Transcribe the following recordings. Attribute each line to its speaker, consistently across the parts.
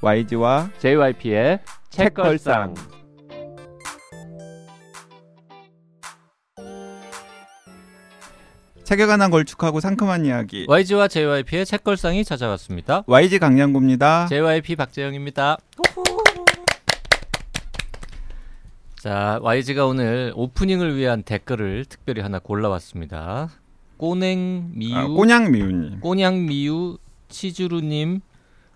Speaker 1: YG와
Speaker 2: JYP의 책걸상.
Speaker 1: 책에 관한 걸쭉하고 상큼한 이야기
Speaker 2: YG와 JYP의 책걸상이 찾아왔습니다.
Speaker 1: YG 강량구입니다.
Speaker 2: JYP 박재영입니다. 자, YG가 오늘 오프닝을 위한 댓글을 특별히 하나 골라왔습니다. 꼬냉 미유
Speaker 1: 아, 꼬냥미우님
Speaker 2: 꼬냥 미유 치주루님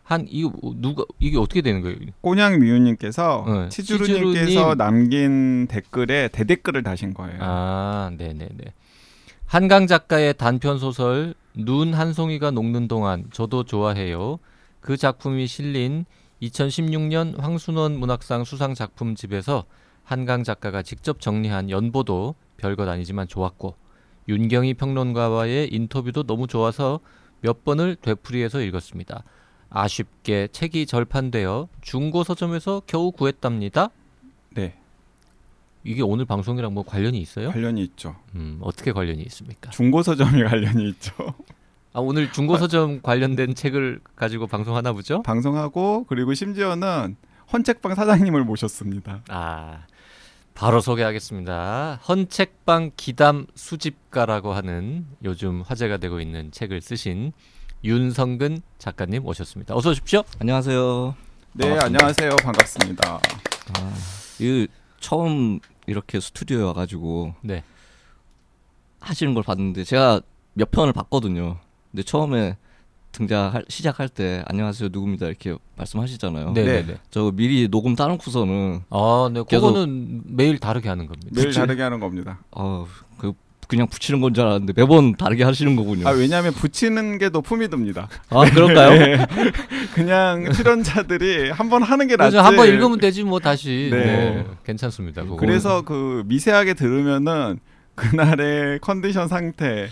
Speaker 2: 한 이거 뭐- 누가 이게 어떻게 되는 거예요?
Speaker 1: 꼬냥미우님께서
Speaker 2: 네.
Speaker 1: 치주루님께서
Speaker 2: 치주루님.
Speaker 1: 남긴 댓글에 대댓글을 다신 거예요.
Speaker 2: 아, 네네네. 한강 작가의 단편 소설 눈 한 송이가 녹는 동안 저도 좋아해요. 그 작품이 실린 2016년 황순원 문학상 수상 작품집에서 한강 작가가 직접 정리한 연보도 별것 아니지만 좋았고 윤경희 평론가와의 인터뷰도 너무 좋아서 몇 번을 되풀이해서 읽었습니다. 아쉽게 책이 절판되어 중고 서점에서 겨우 구했답니다.
Speaker 1: 네
Speaker 2: 이게 오늘 방송이랑 뭐 관련이 있어요?
Speaker 1: 관련이 있죠.
Speaker 2: 음, 어떻게 관련이 있습니까?
Speaker 1: 중고서점이 관련이 있죠.
Speaker 2: 아, 오늘 중고서점 관련된 책을 가지고 방송하나 보죠?
Speaker 1: 방송하고 그리고 심지어는 헌책방 사장님을 모셨습니다.
Speaker 2: 아, 바로 소개하겠습니다. 헌책방 기담 수집가라고 하는 요즘 화제가 되고 있는 책을 쓰신 윤성근 작가님 오셨습니다. 어서 오십시오.
Speaker 3: 안녕하세요.
Speaker 1: 네
Speaker 2: 반갑습니다.
Speaker 1: 안녕하세요 반갑습니다.
Speaker 3: 이 처음 이렇게 스튜디오에 와가지고
Speaker 2: 네.
Speaker 3: 하시는 걸 봤는데 제가 몇 편을 봤거든요. 근데 처음에 등장 시작할 때 안녕하세요 누구입니다 이렇게 말씀하시잖아요.
Speaker 2: 네, 네,
Speaker 1: 네.
Speaker 2: 네.
Speaker 3: 저 미리 녹음 따놓고서는
Speaker 2: 아, 네.
Speaker 3: 계속-
Speaker 2: 그거는 매일 다르게 하는 겁니다.
Speaker 1: 매일
Speaker 3: 그치.
Speaker 1: 다르게 하는 겁니다.
Speaker 3: 어, 그 그냥 붙이는 건 줄 알았는데 매번 다르게 하시는 거군요.
Speaker 1: 아
Speaker 2: 네.
Speaker 3: 아,
Speaker 1: 왜냐하면 붙이는 게 더 품이 듭니다.
Speaker 3: 그럴까요?
Speaker 2: 네.
Speaker 1: 그냥 출연자들이 한 번 하는 게 낫지.
Speaker 2: 그래서 그렇죠. 한번 읽으면 되지 뭐 다시.
Speaker 1: 네.
Speaker 2: 네. 괜찮습니다. 그거.
Speaker 1: 그래서 그 미세하게 들으면은 그날의 컨디션 상태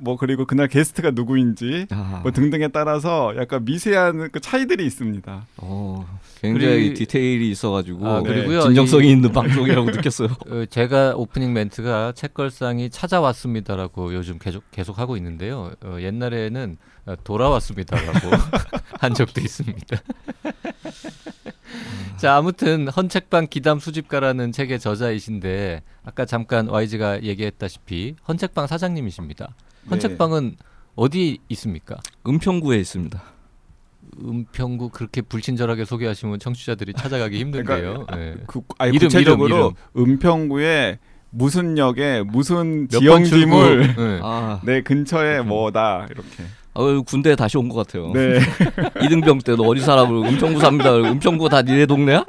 Speaker 1: 뭐 그리고 그날 게스트가 누구인지
Speaker 3: 아,
Speaker 1: 뭐 등등에 따라서 약간 미세한 그 차이들이 있습니다.
Speaker 3: 어, 굉장히
Speaker 2: 그리-
Speaker 3: 디테일이 있어가지고
Speaker 2: 아,
Speaker 1: 네.
Speaker 2: 그리고요. 이-
Speaker 3: 진정성이 있는 방송이라고 느꼈어요.
Speaker 2: 어, 제가 오프닝 멘트가 책걸상이 찾아왔습니다라고 요즘 계속 계속 하고 있는데요. 어, 옛날에는 어, 돌아왔습니다라고 한 적도 있습니다.
Speaker 1: 음.
Speaker 2: 자 아무튼 헌책방 기담 수집가라는 책의 저자이신데 아까 잠깐 YG가 얘기했다시피 헌책방 사장님이십니다.
Speaker 1: 네.
Speaker 2: 헌책방은 어디 있습니까?
Speaker 3: 은평구에 있습니다.
Speaker 2: 은평구 그렇게 불친절하게 소개하시면 청취자들이 찾아가기 힘든데요. 예.
Speaker 1: 그 아니
Speaker 2: 이름,
Speaker 1: 구체적으로 은평구에 무슨 역에 무슨
Speaker 2: 몇번
Speaker 1: 지형지물
Speaker 2: 출구, 음. 예.
Speaker 3: 아,
Speaker 1: 내 근처에 뭐다 이렇게.
Speaker 3: 어, 군대 에 다시 온 것
Speaker 2: 어.
Speaker 3: 같아요.
Speaker 1: 네.
Speaker 3: 이등병 때도 어디 사람을 은평구 삽니다. 은평구 다 니네 동네야?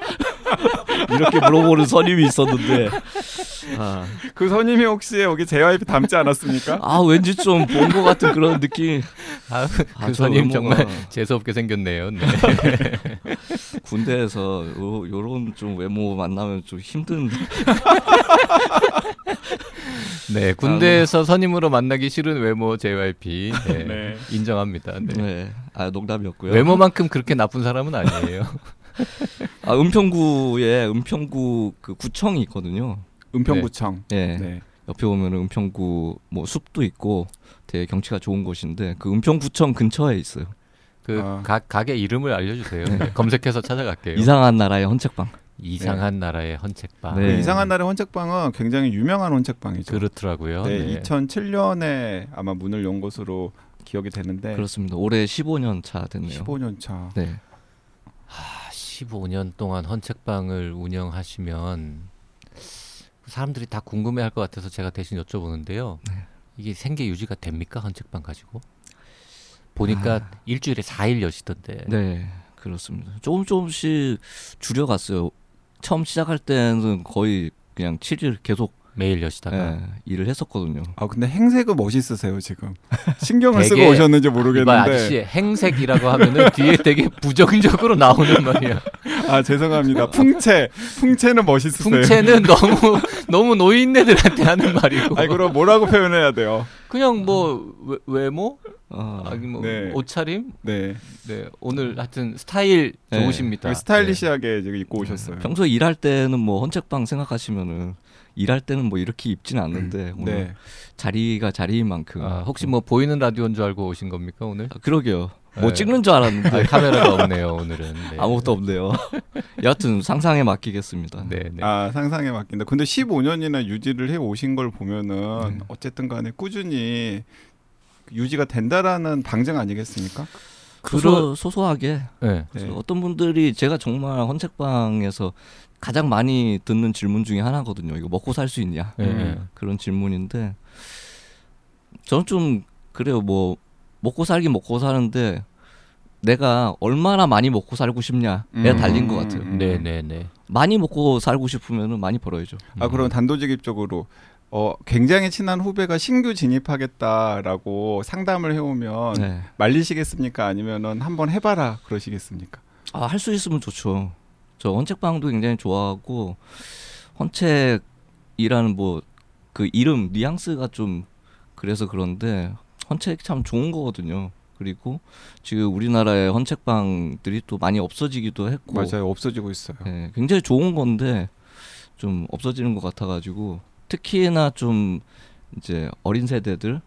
Speaker 3: 이렇게 물어보는 선임이 있었는데 아,
Speaker 1: 그 선임이 혹시 여기 JYP 닮지 않았습니까?
Speaker 3: 아, 왠지 좀 본 것 같은 그런 느낌
Speaker 2: 아,
Speaker 3: 아,
Speaker 2: 그
Speaker 3: 저
Speaker 2: 선임
Speaker 3: 외모가
Speaker 2: 정말 재수없게 생겼네요. 네.
Speaker 3: 군대에서 요, 요런 좀 외모 만나면 좀 힘든
Speaker 2: 네, 군대에서 선임으로 만나기 싫은 외모 JYP 네,
Speaker 1: 네.
Speaker 2: 인정합니다. 네.
Speaker 3: 네. 아 농담이었고요
Speaker 2: 외모만큼 그렇게 나쁜 사람은 아니에요.
Speaker 3: 아, 은평구에 은평구 그 구청이 있거든요
Speaker 2: 네.
Speaker 1: 은평구청.
Speaker 3: 예
Speaker 1: 네.
Speaker 3: 옆에 보면 은평구 뭐 숲도 있고 되게 경치가 좋은 곳인데 그 은평구청 근처에 있어요
Speaker 2: 그
Speaker 1: 아.
Speaker 2: 가, 가게 이름을 알려주세요. 네, 검색해서 찾아갈게요.
Speaker 3: 이상한 나라의 헌책방
Speaker 2: 이상... 한 나라의 헌책방
Speaker 3: 네.
Speaker 1: 그 이상한 날의 혼책방은 굉장히 유명한 혼책방이죠.
Speaker 2: 그렇더라고요.
Speaker 1: 네,
Speaker 2: 네.
Speaker 1: 2007년에 아마 문을 연 것으로 기억이
Speaker 2: 네.
Speaker 1: 되는데
Speaker 3: 그렇습니다 올해 15년 차 됐네요
Speaker 1: 15년 차.
Speaker 3: 네
Speaker 2: 아, 15년 동안 헌책방을 운영하시면 사람들이 다 궁금해할 것 같아서 제가 대신 여쭤보는데요. 이게 생계 유지가 됩니까 헌책방 가지고? 보니까 일주일에 4일 여시던데.
Speaker 3: 네, 그렇습니다. 조금 조금씩 줄여갔어요. 처음 시작할 때는 거의 그냥 7일 계속
Speaker 2: 매일 여시다가
Speaker 3: 예, 일을 했었거든요.
Speaker 1: 아 근데 행색은 멋있으세요 지금. 신경을
Speaker 2: 되게
Speaker 1: 쓰고 오셨는지
Speaker 2: 이번
Speaker 1: 모르겠는데.
Speaker 2: 아저씨의 행색이라고 하면은 뒤에 되게 부정적으로 나오는 말이야.
Speaker 1: 아 죄송합니다. 풍채, 풍채는 멋있으세요.
Speaker 2: 풍채는 너무 너무 노인네들한테 하는 말이고.
Speaker 1: 아이 그럼 뭐라고 표현해야 돼요?
Speaker 2: 그냥 뭐 외- 외모,
Speaker 3: 아,
Speaker 2: 아니 뭐
Speaker 1: 네.
Speaker 2: 옷차림,
Speaker 1: 네.
Speaker 2: 네 오늘 하여튼 스타일
Speaker 3: 네.
Speaker 2: 좋으십니다. 네.
Speaker 1: 스타일리시하게 지금 입고 오셨어요.
Speaker 2: 음,
Speaker 3: 평소 에 일할 때는 뭐 헌책방 생각하시면은 일할 때는 뭐 이렇게 입진 않는데 오늘
Speaker 1: 네.
Speaker 3: 자리가 자리인
Speaker 2: 네.
Speaker 3: 만큼
Speaker 2: 아, 혹시 뭐 보이는 라디오인 줄 알고 오신 겁니까 오늘?
Speaker 3: 아, 그러게요. 뭐
Speaker 2: 네.
Speaker 3: 찍는 줄 알았는데
Speaker 2: 아, 카메라가 없네요 오늘은. 네.
Speaker 3: 아무것도 없네요. 여하튼 상상에 맡기겠습니다.
Speaker 2: 네, 네.
Speaker 1: 아 상상에 맡긴다. 근데 15년이나 유지를 해 오신 걸 보면은
Speaker 2: 네.
Speaker 1: 어쨌든간에 꾸준히 유지가 된다라는 방증 아니겠습니까?
Speaker 3: 소소, 소소하게
Speaker 2: 네.
Speaker 1: 네.
Speaker 3: 그래서 어떤 분들이 제가 정말 헌책방에서 가장 많이 듣는 질문 중에 하나거든요. 이거 먹고 살 수 있냐
Speaker 2: 네.
Speaker 1: 음.
Speaker 3: 그런 질문인데 저는 좀 그래요. 뭐 먹고 살긴 먹고 사는데 내가 얼마나 많이 먹고 살고 싶냐에
Speaker 1: 음.
Speaker 3: 달린 것 같아요.
Speaker 1: 음.
Speaker 2: 네, 네, 네.
Speaker 3: 많이 먹고 살고 싶으면 많이 벌어야죠.
Speaker 1: 아
Speaker 3: 음.
Speaker 1: 그럼 단도직입적으로 어 굉장히 친한 후배가 신규 진입하겠다라고 상담을 해오면
Speaker 3: 네.
Speaker 1: 말리시겠습니까? 아니면은 한번 해봐라 그러시겠습니까?
Speaker 3: 아, 할 수 있으면 좋죠. 저 헌책방도 굉장히 좋아하고 헌책이라는 뭐 그 이름 뉘앙스가 좀 그래서 그런데 헌책 참 좋은 거거든요. 그리고 지금 우리나라의 헌책방들이 또 많이 없어지기도 했고
Speaker 1: 맞아요 없어지고 있어요.
Speaker 3: 예, 굉장히 좋은 건데 좀 없어지는 것 같아가지고 특히나 좀 이제 어린 세대들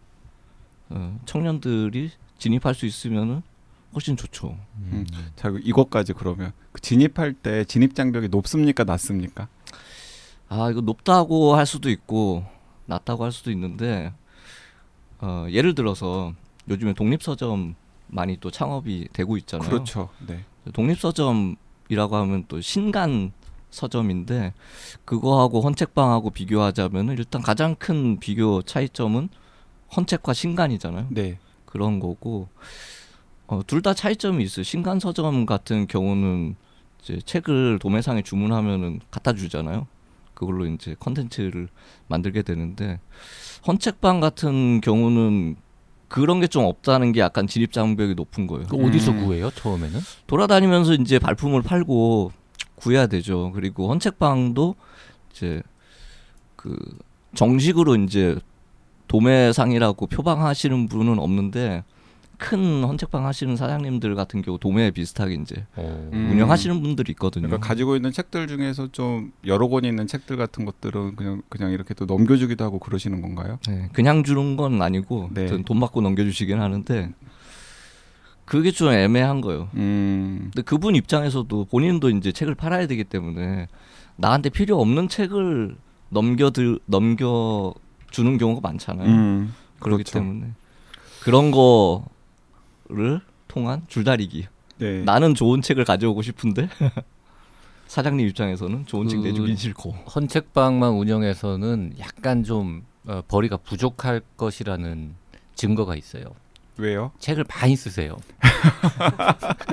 Speaker 3: 어, 청년들이 진입할 수 있으면은 훨씬 좋죠.
Speaker 1: 음. 자 이것까지 그러면 그 진입할 때 진입 장벽이 높습니까 낮습니까?
Speaker 3: 아 이거 높다고 할 수도 있고 낮다고 할 수도 있는데 어, 예를 들어서 요즘에 독립 서점 많이 또 창업이 되고 있잖아요.
Speaker 1: 그렇죠. 네.
Speaker 3: 독립 서점이라고 하면 또 신간 서점인데 그거하고 헌책방하고 비교하자면 은 일단 가장 큰 비교 차이점은 헌책과 신간이잖아요.
Speaker 1: 네.
Speaker 3: 그런 거고 어, 둘 다 차이점이 있어요. 신간 서점 같은 경우는 이제 책을 도매상에 주문하면은 갖다 주잖아요. 그걸로 이제 컨텐츠를 만들게 되는데 헌책방 같은 경우는 그런 게 좀 없다는 게 약간 진입 장벽이 높은 거예요.
Speaker 2: 그 어디서
Speaker 1: 음.
Speaker 2: 구해요? 처음에는?
Speaker 3: 돌아다니면서 이제 발품을 팔고 구해야 되죠. 그리고 헌책방도 이제 그 정식으로 이제 도매상이라고 표방하시는 분은 없는데 큰 헌책방 하시는 사장님들 같은 경우 도매 비슷하게 이제
Speaker 2: 어.
Speaker 1: 음.
Speaker 3: 운영하시는 분들이 있거든요.
Speaker 1: 그러니까 가지고 있는 책들 중에서 좀 여러 권이 있는 책들 같은 것들은 그냥 그냥 이렇게 또 넘겨주기도 하고 그러시는 건가요?
Speaker 3: 네, 그냥 주는 건 아니고
Speaker 1: 네.
Speaker 3: 아무튼 돈 받고 넘겨주시긴 하는데 그게 좀 애매한 거예요.
Speaker 1: 음.
Speaker 3: 근데 그분 입장에서도 본인도 이제 책을 팔아야 되기 때문에 나한테 필요 없는 책을 넘겨들 넘겨 주는 경우가 많잖아요.
Speaker 1: 음.
Speaker 3: 그렇기
Speaker 1: 그렇죠.
Speaker 3: 때문에 그런 거를 통한 줄다리기.
Speaker 1: 네.
Speaker 3: 나는 좋은 책을 가져오고 싶은데 사장님 입장에서는 좋은 책
Speaker 2: 그-
Speaker 3: 내주긴 싫고.
Speaker 2: 헌책방만 운영해서는 약간 좀 어, 벌이가 부족할 것이라는 증거가 있어요.
Speaker 1: 왜요?
Speaker 2: 책을 많이 쓰세요.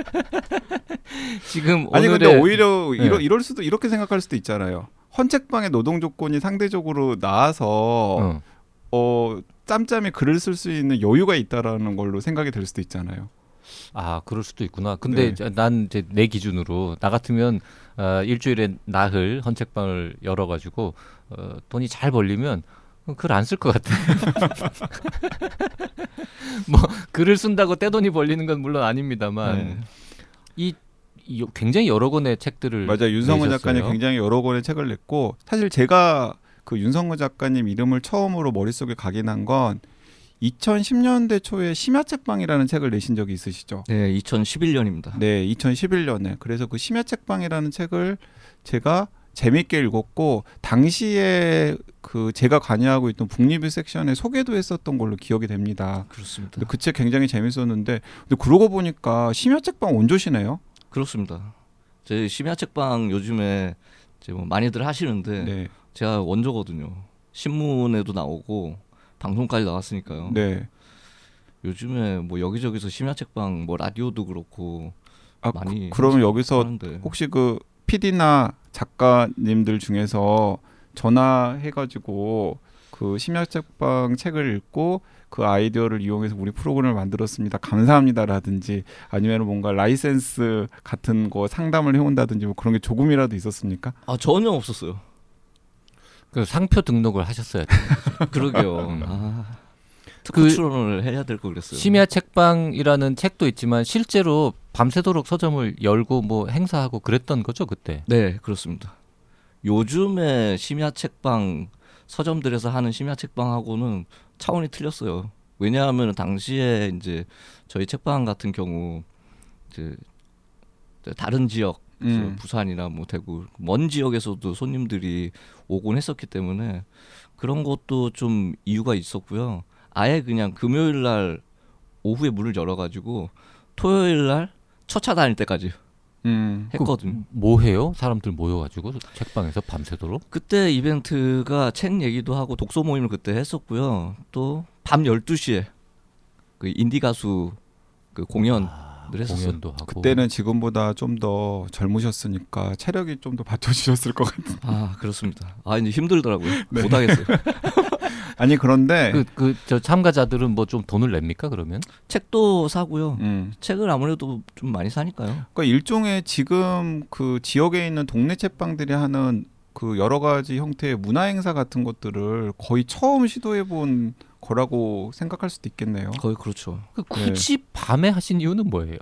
Speaker 2: 지금
Speaker 1: 아니
Speaker 2: 오늘의
Speaker 1: 근데 오히려
Speaker 2: 네.
Speaker 1: 이러, 이럴 수도 이렇게 생각할 수도 있잖아요. 헌책방의 노동 조건이 상대적으로 나아서 어.
Speaker 2: 어.
Speaker 1: 짬짬이 글을 쓸 수 있는 여유가 있다라는 걸로 생각이 될 수도 있잖아요.
Speaker 2: 아 그럴 수도 있구나. 근데
Speaker 1: 네.
Speaker 2: 이제 난 이제 내 기준으로 나 같으면 어, 일주일에 나흘 헌책방을 열어가지고 어, 돈이 잘 벌리면 글 안 쓸 것 같아. 뭐 글을 쓴다고 떼돈이 벌리는 건 물론 아닙니다만
Speaker 3: 네.
Speaker 2: 이, 이 굉장히 여러 권의 책들을
Speaker 1: 맞아 요 윤성호
Speaker 2: 내셨어요.
Speaker 1: 작가님 굉장히 여러 권의 책을 냈고 사실 제가 그 윤성호 작가님 이름을 처음으로 머릿속에 각인한 건 2010년대 초에 심야책방이라는 책을 내신 적이 있으시죠?
Speaker 3: 네, 2011년입니다.
Speaker 1: 네, 2011년에. 그래서 그 심야책방이라는 책을 제가 재밌게 읽었고 당시에 그 제가 관여하고 있던 북리뷰 섹션에 소개도 했었던 걸로 기억이 됩니다.
Speaker 3: 그렇습니다.
Speaker 1: 근데 그 책 굉장히 재밌었는데 근데 그러고 보니까 심야책방 원조시네요.
Speaker 3: 그렇습니다. 제 심야 책방 요즘에 이제 뭐 많이들 하시는데
Speaker 1: 네.
Speaker 3: 제가 원조거든요. 신문에도 나오고 방송까지 나왔으니까요.
Speaker 1: 네.
Speaker 3: 요즘에 뭐 여기저기서 심야 책방 뭐 라디오도 그렇고
Speaker 1: 아,
Speaker 3: 많이
Speaker 1: 그, 러면 여기서
Speaker 3: 하는데
Speaker 1: 혹시 그 PD나 작가님들 중에서 전화해 가지고 그 심야책방 책을 읽고 그 아이디어를 이용해서 우리 프로그램을 만들었습니다. 감사합니다라든지 아니면 뭔가 라이센스 같은 거 상담을 해온다든지 뭐 그런 게 조금이라도 있었습니까?
Speaker 3: 아 전혀 없었어요.
Speaker 2: 그 상표 등록을 하셨어요.
Speaker 1: 음.
Speaker 3: 그러게요. 아, 특허
Speaker 2: 그-
Speaker 3: 출원을 해야 될 걸 그랬어요.
Speaker 2: 심야 책방이라는 책도 있지만 실제로 밤새도록 서점을 열고 뭐 행사하고 그랬던 거죠 그때.
Speaker 3: 네 그렇습니다. 요즘에 심야 책방 서점들에서 하는 심야 책방하고는 차원이 틀렸어요. 왜냐하면 당시에 이제 저희 책방 같은 경우 이제 다른 지역 그래서
Speaker 1: 음.
Speaker 3: 부산이나 뭐 대구 먼 지역에서도 손님들이 오곤 했었기 때문에 그런 것도 좀 이유가 있었고요. 아예 그냥 금요일 날 오후에 문을 열어가지고 토요일 날 첫차 다닐 때까지
Speaker 1: 음.
Speaker 3: 했거든요.
Speaker 2: 뭐 해요? 사람들 모여가지고 책방에서 밤새도록?
Speaker 3: 그때 이벤트가 책 얘기도 하고 독서 모임을 그때 했었고요. 또 밤 12시에 그 인디 가수 그 공연을
Speaker 1: 아.
Speaker 3: 했었어요.
Speaker 2: 아, 공연도 하고.
Speaker 1: 그때는 지금보다 좀 더 젊으셨으니까 체력이 좀 더 받쳐주셨을 것 같아요.
Speaker 3: 아, 그렇습니다. 아, 이제 힘들더라고요.
Speaker 1: 네.
Speaker 3: 못 하겠어요.
Speaker 1: 아니 그런데
Speaker 2: 그그 저 참가자들은 뭐 좀 돈을 냅니까 그러면?
Speaker 3: 책도 사고요.
Speaker 1: 음.
Speaker 3: 책을 아무래도 좀 많이 사니까요.
Speaker 1: 그러니까 일종의 지금 그 지역에 있는 동네 책방들이 하는 그 여러 가지 형태의 문화 행사 같은 것들을 거의 처음 시도해 본 거라고 생각할 수도 있겠네요.
Speaker 3: 거의 그렇죠.
Speaker 2: 그
Speaker 1: 네.
Speaker 2: 굳이 밤에 하신 이유는 뭐예요?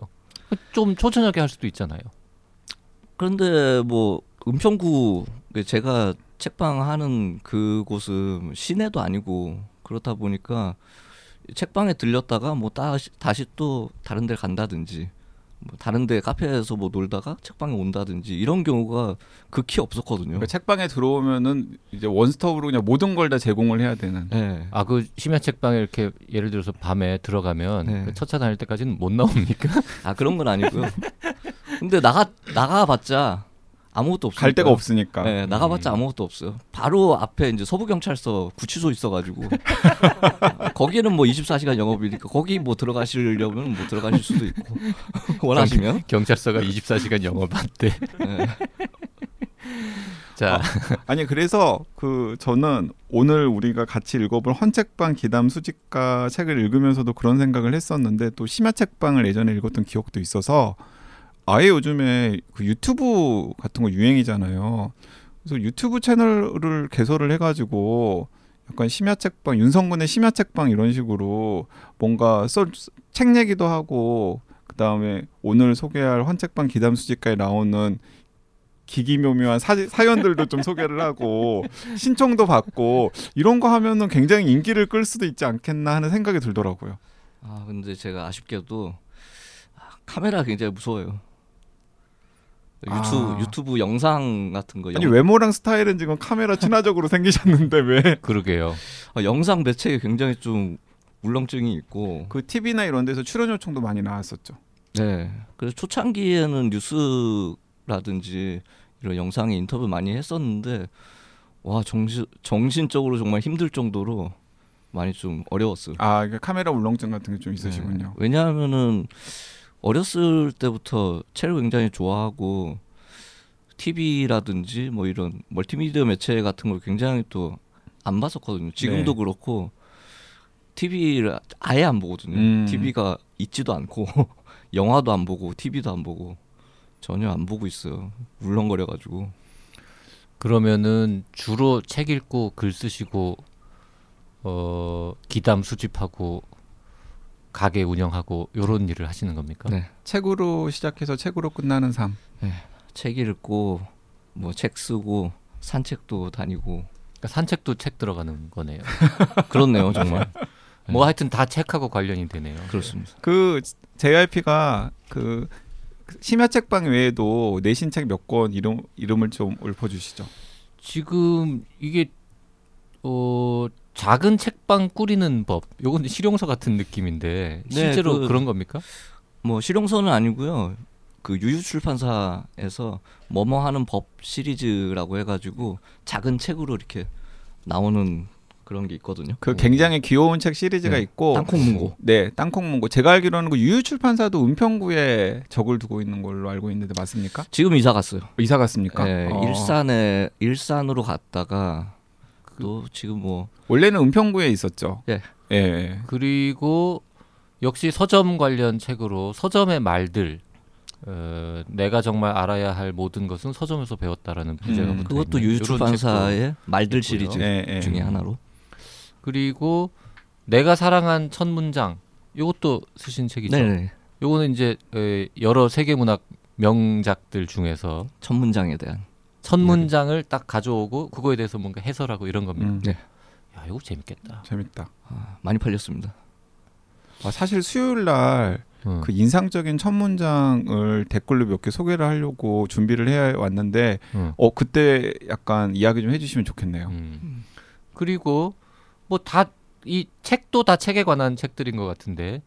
Speaker 2: 좀 초저녁에 할 수도 있잖아요.
Speaker 1: 네.
Speaker 3: 그런데 뭐 은평구 그 제가 책방 하는 그곳은 시내도 아니고 그렇다 보니까 책방에 들렸다가 뭐 다시, 다시 또 다른 데 간다든지 뭐 다른 데 카페에서 뭐 놀다가 책방에 온다든지 이런 경우가 극히 없었거든요.
Speaker 1: 그러니까 책방에 들어오면은 이제 원스톱으로 그냥 모든 걸 다 제공을 해야 되는.
Speaker 3: 네.
Speaker 2: 아 그 심야 책방에 이렇게 예를 들어서 밤에 들어가면
Speaker 3: 네.
Speaker 2: 그 첫차 다닐 때까지는 못 나옵니까?
Speaker 3: 아 그런 건 아니고요. 근데 나가 나가봤자 아무것도 없어요.
Speaker 1: 갈 데가 없으니까. 음.
Speaker 3: 네, 나가봤자 아무것도 없어요. 바로 앞에 이제 서부경찰서 구치소 있어가지고 거기는 뭐 24시간 영업이니까 거기 뭐 들어가시려면 뭐 들어가실 수도 있고 원하시면.
Speaker 1: 그
Speaker 2: 경찰서가 24시간 영업한대.
Speaker 3: 네.
Speaker 1: 어.
Speaker 2: 자,
Speaker 1: 아니 그래서 그 저는 오늘 우리가 같이 읽어볼 헌책방 기담 수집가 책을 읽으면서도 그런 생각을 했었는데 또 심야 책방을 예전에 읽었던 기억도 있어서 아예 요즘에 그 유튜브 같은 거 유행이잖아요. 그래서 유튜브 채널을 개설을 해가지고 약간 심야 책방 윤성군의 심야 책방 이런 식으로 뭔가 썰 책 얘기도 하고 그 다음에 오늘 소개할 헌책방 기담 수집가에 나오는 기기묘묘한 사, 사연들도 좀 소개를 하고 신청도 받고 이런 거 하면은 굉장히 인기를 끌 수도 있지 않겠나 하는 생각이 들더라고요.
Speaker 3: 아 근데 제가 아쉽게도 아, 카메라 굉장히 무서워요. 유튜브
Speaker 1: 아.
Speaker 3: 유튜브 영상 같은 거
Speaker 1: 아니
Speaker 3: 영,
Speaker 1: 외모랑 스타일은 지금 카메라 친화적으로 생기셨는데 왜 그
Speaker 2: 그러게요.
Speaker 3: 아, 영상 매체에 굉장히 좀 울렁증이 있고
Speaker 1: TV나 그 이런 데서 출연 요청도 많이 나왔었죠.
Speaker 3: 네. 그래서 초창기에는 뉴스라든지 이런 영상에 인터뷰 많이 했었는데 와 정신 정신적으로 정말 힘들 정도로 많이 좀 어려웠어요.
Speaker 1: 아 그러니까 카메라 울렁증 같은 게 좀 있으시군요.
Speaker 3: 네. 왜냐하면은 어렸을 때부터 책을 굉장히 좋아하고 TV라든지 뭐 이런 멀티미디어 매체 같은 걸 굉장히 또 안 봤었거든요. 지금도
Speaker 1: 네.
Speaker 3: 그렇고 TV를 아예 안 보거든요.
Speaker 1: 음.
Speaker 3: TV가 있지도 않고 영화도 안 보고 TV도 안 보고 전혀 안 보고 있어요. 울렁거려가지고
Speaker 2: 그러면은 주로 책 읽고 글 쓰시고 어 기담 수집하고 가게 운영하고 요런 일을 하시는 겁니까?
Speaker 3: 네.
Speaker 1: 책으로 시작해서 책으로 끝나는 삶.
Speaker 3: 책 읽고 뭐 책 쓰고 산책도 다니고
Speaker 2: 그러니까 산책도 책 들어가는 거네요.
Speaker 3: 그렇네요 정말
Speaker 2: 뭐 하여튼 다 책하고 관련이 되네요.
Speaker 3: 그렇습니다.
Speaker 1: 그 JYP가 그 심야 책방 외에도 내신 책 몇 권 이름 이름을 좀 읊어주시죠.
Speaker 2: 지금 이게 어 작은 책방 꾸리는 법. 요건 실용서 같은 느낌인데
Speaker 3: 네,
Speaker 2: 실제로
Speaker 3: 그-
Speaker 2: 그... 런 겁니까?
Speaker 3: 뭐 실용서는 아니고요. 그 유유출판사에서 뭐뭐 하는 법 시리즈라고 해가지고 작은 책으로 이렇게 나오는 그런 게 있거든요.
Speaker 1: 그 굉장히 귀여운 책 시리즈가
Speaker 3: 네.
Speaker 1: 있고
Speaker 3: 땅콩문고.
Speaker 1: 네, 땅콩문고. 제가 알기로는 그 유유출판사도 은평구에 적을 두고 있는 걸로 알고 있는데 맞습니까?
Speaker 3: 지금 이사 갔어요.
Speaker 1: 이사 갔습니까?
Speaker 2: 그러니까?
Speaker 3: 예,
Speaker 1: 어.
Speaker 3: 일산에 일산으로 갔다가
Speaker 2: 그
Speaker 3: 또 지금 뭐
Speaker 1: 원래는 은평구에 있었죠.
Speaker 3: 예.
Speaker 1: 예, 예.
Speaker 2: 그리고 역시 서점 관련 책으로 서점의 말들 어, 내가 정말 알아야 할 모든 것은 서점에서 배웠다라는 부제가
Speaker 1: 음,
Speaker 2: 붙어
Speaker 3: 그것도
Speaker 2: 있는 네, 요런 책도.
Speaker 3: 유유출판사의
Speaker 2: 있고요.
Speaker 3: 말들
Speaker 2: 네.
Speaker 3: 시리즈
Speaker 1: 예, 예.
Speaker 3: 중에 하나로.
Speaker 2: 그리고 내가 사랑한 첫 문장 이것도 쓰신 책이죠.
Speaker 3: 네,
Speaker 2: 요거는 이제 에, 여러 세계 문학 명작들 중에서
Speaker 3: 첫 문장에 대한.
Speaker 2: 첫 문장을 딱 가져오고 그거에 대해서 뭔가 해설하고 이런 겁니다.
Speaker 1: 음,
Speaker 3: 네.
Speaker 2: 야, 이거 재밌겠다.
Speaker 1: 재밌다.
Speaker 3: 아, 많이 팔렸습니다.
Speaker 1: 아, 사실 수요일 날 그
Speaker 2: 음.
Speaker 1: 인상적인 첫 문장을 댓글로 몇 개 소개를 하려고 준비를 해 왔는데
Speaker 2: 음.
Speaker 1: 어 그때 약간 이야기 좀 해주시면 좋겠네요.
Speaker 2: 음. 그리고 뭐 다 이 책도 다 책에 관한 책들인 것 같은데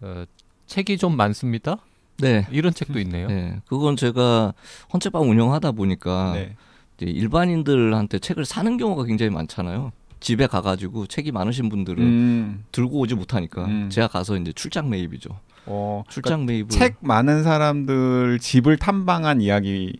Speaker 2: 어, 책이 좀 많습니다.
Speaker 3: 네.
Speaker 2: 이런 책도 있네요.
Speaker 3: 네. 그건 제가 헌책방 운영하다 보니까
Speaker 1: 네.
Speaker 3: 이제 일반인들한테 책을 사는 경우가 굉장히 많잖아요. 집에 가가지고 책이 많으신 분들은
Speaker 1: 음,
Speaker 3: 들고 오지 못하니까
Speaker 1: 음.
Speaker 3: 제가 가서 이제 출장 매입이죠.
Speaker 1: 어, 그러니까
Speaker 3: 출장 매입을
Speaker 1: 책 많은 사람들 집을 탐방한 이야기네요.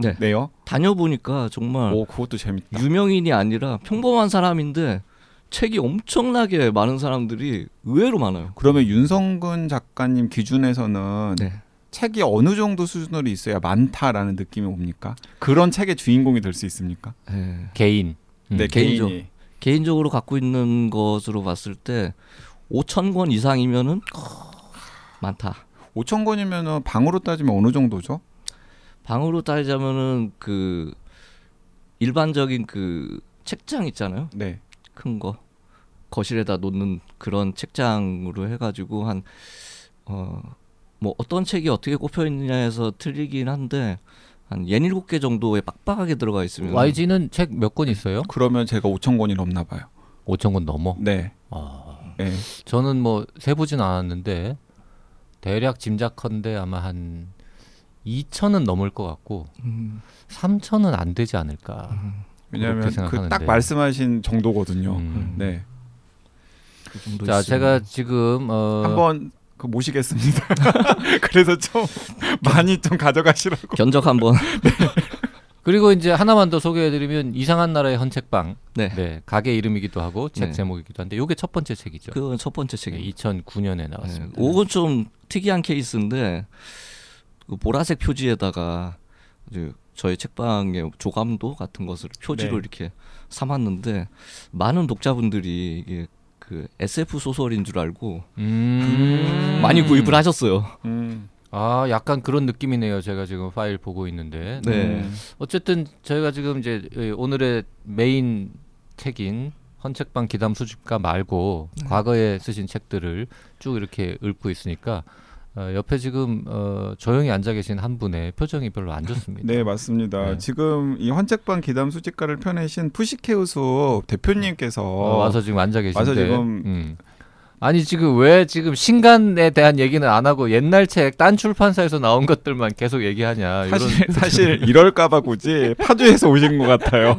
Speaker 3: 네. 다녀보니까 정말
Speaker 1: 오 그것도 재밌다.
Speaker 3: 유명인이 아니라 평범한 사람인데 책이 엄청나게 많은 사람들이 의외로 많아요.
Speaker 1: 그러면 윤성근 작가님 기준에서는
Speaker 3: 네.
Speaker 1: 책이 어느 정도 수준으로 있어야 많다라는 느낌이 옵니까? 그런 책의 주인공이 될 수 있습니까?
Speaker 3: 예.
Speaker 2: 개인. 음.
Speaker 1: 네,
Speaker 3: 개인적-
Speaker 1: 개인이.
Speaker 3: 개인적으로 갖고 있는 것으로 봤을 때 5천 권 이상이면은 많다.
Speaker 1: 5천 권이면은 방으로 따지면 어느 정도죠?
Speaker 3: 방으로 따지자면은 그 일반적인 그 책장 있잖아요.
Speaker 1: 네.
Speaker 3: 큰 거. 거실에다 놓는 그런 책장으로 해 가지고 한어뭐 어떤 책이 어떻게 꼽혀 있느냐에서 틀리긴 한데 한 예닐곱 개 정도에 빡빡하게 들어가
Speaker 2: 음.
Speaker 3: 있으면
Speaker 2: YG는 책 몇 권 있어요?
Speaker 1: 그러면 제가 5천 권이 넘나 봐요.
Speaker 2: 5천 권 넘어.
Speaker 1: 네.
Speaker 2: 아,
Speaker 1: 네.
Speaker 2: 저는 뭐 세보진 않았는데 대략 짐작컨대 아마 한 2천은 넘을 것 같고
Speaker 3: 음,
Speaker 2: 3천은 안 되지 않을까.
Speaker 1: 왜냐하면
Speaker 2: 그렇게
Speaker 1: 그 딱
Speaker 2: 생각하는데.
Speaker 1: 말씀하신 정도거든요.
Speaker 2: 음.
Speaker 1: 네.
Speaker 3: 그 정도
Speaker 2: 자,
Speaker 3: 있으면.
Speaker 2: 제가 지금 어,
Speaker 1: 한번 그 모시겠습니다. 그래서 좀 많이 좀 가져가시라고.
Speaker 3: 견적 한번
Speaker 2: 그리고 이제 하나만 더 소개해드리면 이상한 나라의 헌책방.
Speaker 3: 네.
Speaker 2: 가게 이름이기도 하고 책
Speaker 3: 네.
Speaker 2: 제목이기도 한데 이게 첫 번째 책이죠.
Speaker 3: 그건 첫 번째
Speaker 2: 네,
Speaker 3: 책입니다.
Speaker 2: 2009년에
Speaker 3: 네,
Speaker 2: 나왔습니다.
Speaker 3: 이건 좀 특이한 케이스인데 그 보라색 표지에다가 이제 저희 책방의 조감도 같은 것을 표지로
Speaker 1: 네.
Speaker 3: 이렇게 삼았는데 많은 독자분들이 이게 그 SF 소설인 줄 알고
Speaker 2: 음.
Speaker 3: 많이 구입을 하셨어요.
Speaker 1: 음.
Speaker 2: 아, 약간 그런 느낌이네요. 제가 지금 파일 보고 있는데.
Speaker 3: 네.
Speaker 1: 음.
Speaker 2: 어쨌든 저희가 지금 이제 이 오늘의 메인 책인 헌책방 기담 수집가 말고
Speaker 1: 네.
Speaker 2: 과거에 쓰신 책들을 쭉 이렇게 읊고 있으니까 어, 옆에 지금 어, 조용히 앉아 계신 한 분의 표정이 별로 안 좋습니다.
Speaker 1: 네 맞습니다.
Speaker 2: 네.
Speaker 1: 지금 이 헌책방 기담 수집가를 펴내신 푸시케우스 대표님께서
Speaker 2: 어, 와서 지금 앉아 계신데.
Speaker 1: 와서 지금-
Speaker 2: 음. 아니 지금 왜 지금 신간에 대한 얘기는 안 하고 옛날 책 딴 출판사에서 나온 것들만 계속 얘기하냐 이런
Speaker 1: 사실 사실 이럴까봐 굳이 파주에서 오신 것 같아요.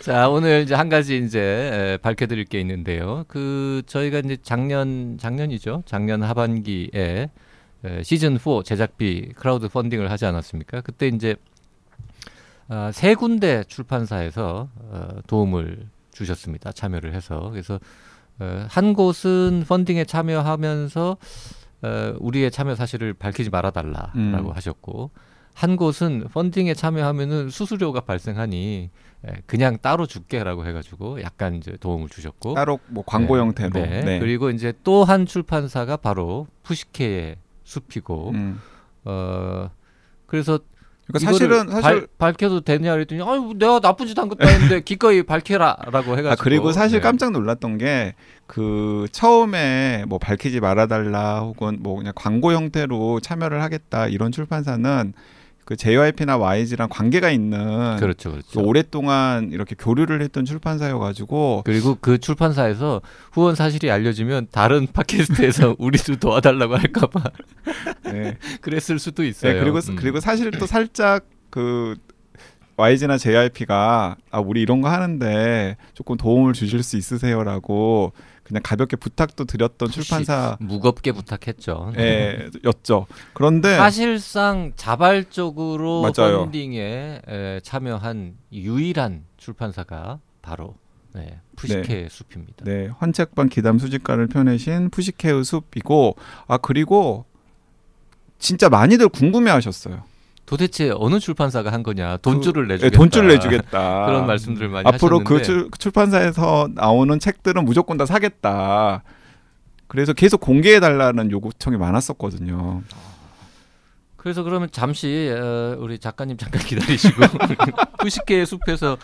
Speaker 2: 자 오늘 이제 한 가지 이제 에, 밝혀드릴 게 있는데요. 그 저희가 이제 작년 작년이죠. 작년 하반기에 에, 시즌 4 제작비 크라우드 펀딩을 하지 않았습니까? 그때 이제 아, 세 군데 출판사에서 어, 도움을 주셨습니다. 참여를 해서 그래서 어, 한 곳은 펀딩에 참여하면서 어, 우리의 참여 사실을 밝히지 말아달라라고
Speaker 1: 음.
Speaker 2: 하셨고 한 곳은 펀딩에 참여하면은 수수료가 발생하니 예, 그냥 따로 줄게라고 해가지고 약간 이제 도움을 주셨고
Speaker 1: 따로 뭐 광고
Speaker 2: 네,
Speaker 1: 형태로.
Speaker 2: 네. 그리고 이제 또 한 출판사가 바로 푸시케의 숲이고
Speaker 1: 음.
Speaker 2: 어 그래서
Speaker 1: 그러니까
Speaker 2: 이거를
Speaker 1: 사실은 사실
Speaker 2: 발- 밝혀도 되냐 그랬더니 아유 내가 나쁜 짓 한 것도 아닌데 기꺼이 밝혀라라고 해가지고
Speaker 1: 아, 그리고 사실
Speaker 2: 네.
Speaker 1: 깜짝 놀랐던 게 그 처음에 뭐 밝히지 말아달라 혹은 뭐 그냥 광고 형태로 참여를 하겠다 이런 출판사는 그 JYP나 YG랑 관계가 있는
Speaker 2: 그렇죠 그렇죠
Speaker 1: 오랫동안 이렇게 교류를 했던 출판사여가지고
Speaker 2: 그리고 그 출판사에서 후원 사실이 알려지면 다른 팟캐스트에서 우리도 도와달라고 할까봐
Speaker 1: 네.
Speaker 2: 그랬을 수도
Speaker 1: 네,
Speaker 2: 있어요.
Speaker 1: 그리고
Speaker 2: 음.
Speaker 1: 그리고 사실 또 살짝 그 YG나 JYP가 아 우리 이런 거 하는데 조금 도움을 주실 수 있으세요라고 그냥 가볍게 부탁도 드렸던
Speaker 2: 혹시-
Speaker 1: 출판사
Speaker 2: 무겁게 부탁했죠. 네.
Speaker 1: 예, 였죠. 그런데
Speaker 2: 아, 사실상 자발적으로
Speaker 1: 맞아요.
Speaker 2: 펀딩에 에, 참여한 유일한 출판사가 바로 네, 푸시케의 숲입니다.
Speaker 1: 네, 헌책방 기담 수집가를 펴내신 푸시케우 숲이고 아 그리고 진짜 많이들 궁금해하셨어요.
Speaker 2: 도대체 어느 출판사가 한 거냐? 돈줄을
Speaker 1: 예,
Speaker 2: 내주겠다.
Speaker 1: 돈줄 내주겠다.
Speaker 2: 그런 말씀들을 많이
Speaker 1: 앞으로
Speaker 2: 하셨는데
Speaker 1: 그 출, 출판사에서 나오는 책들은 무조건 다 사겠다. 그래서 계속 공개해 달라는 요구청이 많았었거든요.
Speaker 2: 그래서 그러면 잠시 어, 우리 작가님 잠깐 기다리시고 푸시케의 숲에서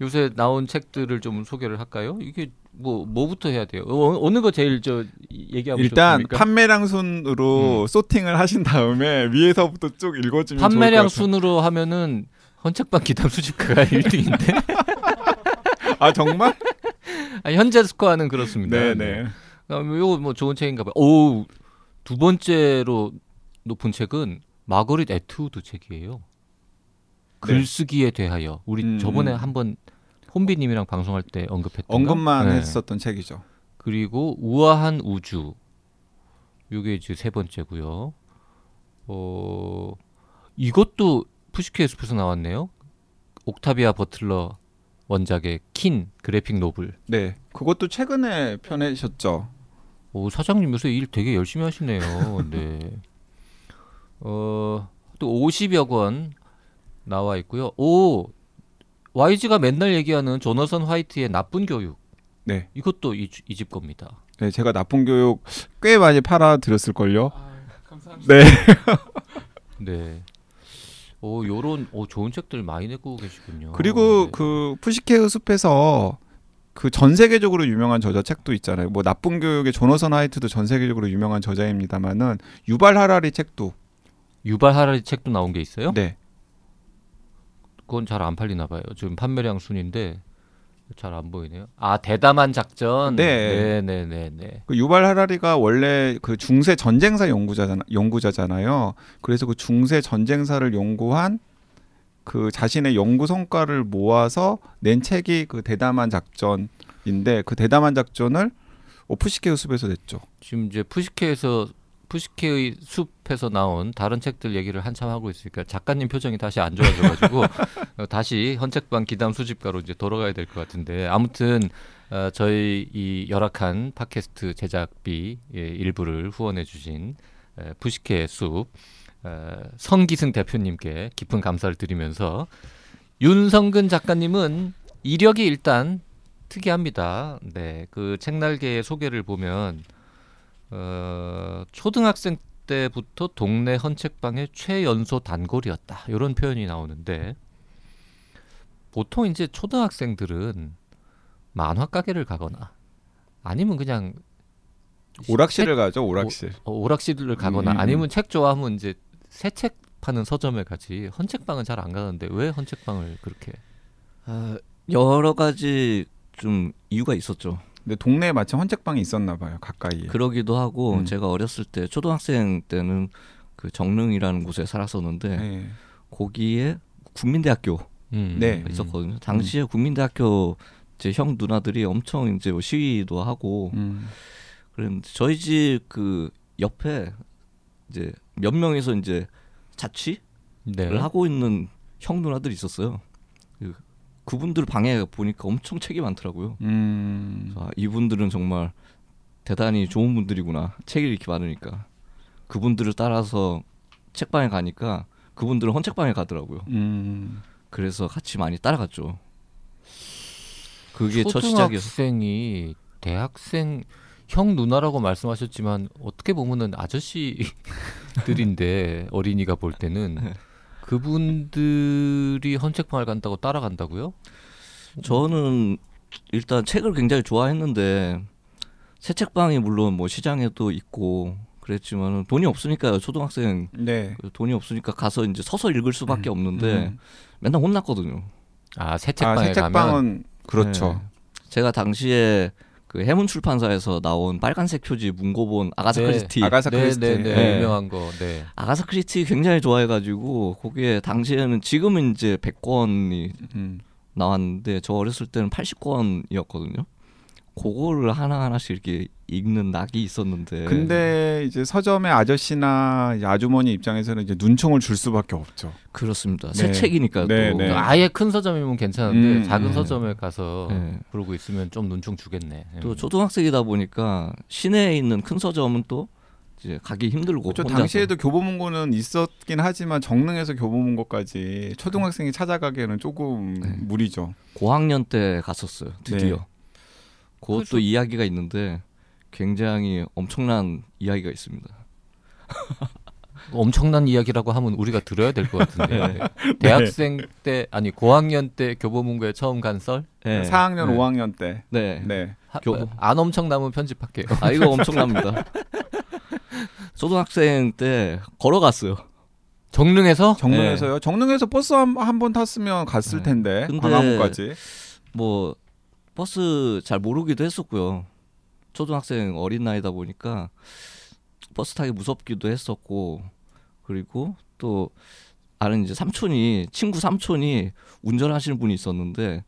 Speaker 2: 요새 나온 책들을 좀 소개를 할까요? 이게 뭐 뭐부터 해야 돼요? 어, 어느 거 제일 저 얘기하고
Speaker 1: 일단
Speaker 2: 싶습니까? 음.
Speaker 1: 판매량 순으로 소팅을 하신 다음에 위에서부터 쭉 읽어주면 좋을
Speaker 2: 판매량
Speaker 1: 것
Speaker 2: 순으로 하면은 헌책방 기담 수집가가 1등인데
Speaker 1: 같아요. 아 정말?
Speaker 2: 현재 스코어는 그렇습니다.
Speaker 1: 네네.
Speaker 2: 그다음에 요거 뭐 좋은 책인가 봐요. 오, 두 번째로 높은 책은 마거릿 에투드 책이에요. 글쓰기에 대하여 우리
Speaker 1: 네. 음,
Speaker 2: 저번에
Speaker 1: 음.
Speaker 2: 한번 혼비님이랑 방송할 때 언급했던
Speaker 1: 언급만
Speaker 2: 네.
Speaker 1: 했었던 책이죠.
Speaker 2: 그리고 우아한 우주 요게 이제 세 번째고요. 어 이것도 푸시케스프에서 나왔네요. 옥타비아 버틀러 원작의 킨 그래픽 노블.
Speaker 1: 네, 그것도 최근에 펴내셨죠.
Speaker 2: 오 사장님 요새 일 되게 열심히 하시네요. 네. 어또 50여 권 나와 있고요. 오 YG가 맨날 얘기하는 조너선 화이트의 나쁜 교육.
Speaker 1: 네.
Speaker 2: 이것도 이 집 겁니다.
Speaker 1: 네, 제가 나쁜 교육 꽤 많이 팔아 드렸을 걸요.
Speaker 4: 감사합니다.
Speaker 1: 네.
Speaker 2: 네. 오, 요런 오, 좋은 책들 많이 내고 계시군요.
Speaker 1: 그리고
Speaker 2: 네.
Speaker 1: 그 푸시케의 숲에서 그 전 세계적으로 유명한 저자 책도 있잖아요. 뭐 나쁜 교육의 조너선 하이트도 전 세계적으로 유명한 저자입니다만은 유발 하라리 책도
Speaker 2: 유발 하라리 책도 나온 게 있어요?
Speaker 1: 네.
Speaker 2: 그건 잘 안 팔리나 봐요. 지금 판매량 순인데 잘 안 보이네요. 아, 대담한 작전.
Speaker 1: 네.
Speaker 2: 네, 네, 네, 네.
Speaker 1: 그 유발 하라리가 원래 그 중세 전쟁사 연구자잖아, 연구자잖아요. 그래서 그 중세 전쟁사를 연구한 그 자신의 연구 성과를 모아서 낸 책이 그 대담한 작전인데 그 대담한 작전을 오프시케의 숲에서 냈죠.
Speaker 2: 지금 이제 푸시케에서 푸시케의 숲에서 나온 다른 책들 얘기를 한참 하고 있으니까 작가님 표정이 다시 안 좋아져가지고 어, 다시 헌책방 기담 수집가로 이제 돌아가야 될 것 같은데 아무튼 어, 저희 이 열악한 팟캐스트 제작비 예, 일부를 후원해주신 에, 푸시케의 숲 어, 성기승 대표님께 깊은 감사를 드리면서 윤성근 작가님은 이력이 일단 특이합니다. 네, 그 책날개의 소개를 보면 어, 초등학생 때부터 동네 헌책방의 최연소 단골이었다. 이런 표현이 나오는데 보통 이제 초등학생들은 만화 가게를 가거나 아니면 그냥
Speaker 1: 오락실을 가죠. 오락실.
Speaker 2: 어, 오락실을
Speaker 1: 음,
Speaker 2: 가거나
Speaker 1: 음, 음.
Speaker 2: 아니면 책 좋아하면 이제 새 책 파는 서점에 가지 헌책방은 잘 안 가는데 왜 헌책방을 그렇게
Speaker 3: 아, 여러 가지 좀 이유가 있었죠.
Speaker 1: 근데 동네에 마침 헌책방이 있었나 봐요.
Speaker 3: 예.
Speaker 1: 가까이에.
Speaker 3: 그러기도 하고
Speaker 1: 음.
Speaker 3: 제가 어렸을 때 초등학생 때는 그 정릉이라는 곳에 살았었는데
Speaker 1: 네.
Speaker 3: 거기에 국민대학교
Speaker 2: 음,
Speaker 1: 네.
Speaker 2: 음.
Speaker 3: 있었거든요. 당시에 국민대학교 이제 형 누나들이 엄청 이제 뭐 시위도 하고
Speaker 1: 음.
Speaker 3: 그랬는데 저희 집 그 옆에 이제 몇 명에서 이제 자취를
Speaker 2: 네.
Speaker 3: 하고 있는 형 누나들이 있었어요. 그- 그분들 방에 보니까 엄청 책이 많더라고요.
Speaker 1: 음.
Speaker 3: 그래서 아, 이분들은 정말 대단히 좋은 분들이구나. 책이 이렇게 많으니까 그분들을 따라서 책방에 가니까 그분들은 헌책방에 가더라고요.
Speaker 1: 음.
Speaker 3: 그래서 같이 많이 따라갔죠. 그게 첫 시작이었어.
Speaker 2: 초등학생이 대학생 형 누나라고 말씀하셨지만 어떻게 보면은 아저씨들인데 어린이가 볼 때는 그분들이 헌책방을 간다고 따라간다고요?
Speaker 3: 저는 일단 책을 굉장히 좋아했는데 새 책방이 물론 뭐 시장에도 있고 그랬지만 돈이 없으니까 초등학생
Speaker 1: 네.
Speaker 3: 돈이 없으니까 가서 이제 서서 읽을 수밖에 없는데
Speaker 1: 음.
Speaker 3: 맨날 혼났거든요.
Speaker 2: 아 새
Speaker 1: 아,
Speaker 2: 책방에 가면
Speaker 1: 책방은 그렇죠.
Speaker 3: 제가 당시에 그 해문 출판사에서 나온 빨간색 표지 문고본 아가사
Speaker 2: 네.
Speaker 3: 크리스티
Speaker 1: 아가사 크리스티.
Speaker 2: 네네네
Speaker 3: 네.
Speaker 2: 유명한 거 네.
Speaker 3: 아가사 크리스티 굉장히 좋아해가지고 거기에 당시에는 지금은 이제 100권이
Speaker 1: 음.
Speaker 3: 나왔는데 저 어렸을 때는 80권이었거든요. 그거를 하나 하나씩 이렇게 읽는 낙이 있었는데.
Speaker 1: 근데 이제 서점의 아저씨나 이제 아주머니 입장에서는 이제 눈총을 줄 수밖에 없죠.
Speaker 3: 그렇습니다.
Speaker 1: 네.
Speaker 3: 새 책이니까요.
Speaker 1: 네,
Speaker 3: 또.
Speaker 1: 네.
Speaker 3: 아,
Speaker 2: 그러니까 아예 큰 서점이면 괜찮은데
Speaker 1: 음,
Speaker 2: 작은
Speaker 3: 네.
Speaker 2: 서점에 가서
Speaker 3: 네.
Speaker 2: 그러고 있으면 좀 눈총 주겠네.
Speaker 3: 또 초등학생이다 보니까 시내에 있는 큰 서점은 또 이제 가기 힘들고
Speaker 1: 그렇죠.
Speaker 3: 뭐 혼자서.
Speaker 1: 당시에도 교보문고는 있었긴 하지만 정릉에서 교보문고까지 초등학생이 찾아가기에는 조금
Speaker 3: 네.
Speaker 1: 무리죠.
Speaker 3: 고학년 때 갔었어요. 드디어.
Speaker 1: 네.
Speaker 3: 그것도
Speaker 2: 그래서-
Speaker 3: 이야기가 있는데 굉장히 엄청난 이야기가 있습니다.
Speaker 2: 엄청난 이야기라고 하면 우리가 들어야 될 것 같은데 대학생 때 아니 고학년 때 교보문고에 처음 간 썰?
Speaker 3: 네.
Speaker 1: 4학년,
Speaker 3: 네.
Speaker 1: 5학년 때.
Speaker 3: 네.
Speaker 1: 네.
Speaker 2: 하-
Speaker 3: 교-
Speaker 2: 안 엄청나면 편집할게요.
Speaker 3: 아 이거 엄청납니다. 초등학생 때 걸어갔어요.
Speaker 2: 정릉에서
Speaker 1: 정릉에서요. 정릉에서 버스 한 번 탔으면 갔을
Speaker 2: 네.
Speaker 1: 텐데
Speaker 3: 근데
Speaker 1: 광화문까지.
Speaker 3: 뭐 버스 잘 모르기도 했었고요. 초등학생 어린 나이다 보니까 버스 타기 무섭기도 했었고 그리고 또 아는 이제 삼촌이 친구 삼촌이 운전하시는 분이 있었는데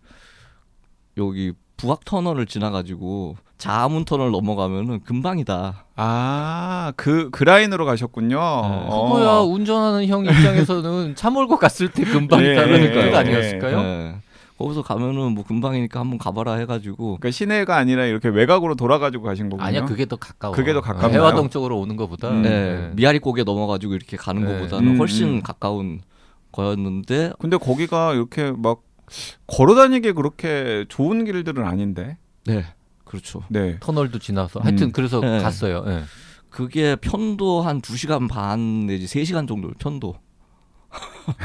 Speaker 3: 여기 부학 터널을 지나가지고 자아문 터널 넘어가면은 금방이다.
Speaker 1: 아, 그, 그 라인으로
Speaker 2: 네.
Speaker 1: 가셨군요. 어.
Speaker 2: 그거야 운전하는 형 입장에서는 차 몰고 갔을 때 금방
Speaker 1: 예,
Speaker 2: 따르는
Speaker 3: 예,
Speaker 2: 것
Speaker 3: 예.
Speaker 2: 아니었을까요?
Speaker 3: 예. 거기서 가면은 뭐 금방이니까 한번 가봐라 해가지고
Speaker 1: 그러니까 시내가 아니라 이렇게 외곽으로 돌아가지고 가신 거군요.
Speaker 2: 아니야 그게 더 가까워.
Speaker 1: 그게 더 가깝나요?
Speaker 2: 해화동 쪽으로 오는 것보다.
Speaker 1: 음.
Speaker 3: 네, 미아리 고개 넘어가지고 이렇게 가는
Speaker 2: 네.
Speaker 3: 것보다는
Speaker 1: 음,
Speaker 3: 훨씬
Speaker 1: 음.
Speaker 3: 가까운 거였는데
Speaker 1: 근데 거기가 이렇게 막 걸어 다니기 그렇게 좋은 길들은 아닌데.
Speaker 3: 네 그렇죠
Speaker 1: 네.
Speaker 2: 터널도 지나서
Speaker 1: 음.
Speaker 2: 하여튼 그래서
Speaker 3: 네.
Speaker 2: 갔어요. 예.
Speaker 3: 그게 편도 한 2시간 반 내지 3시간 정도 편도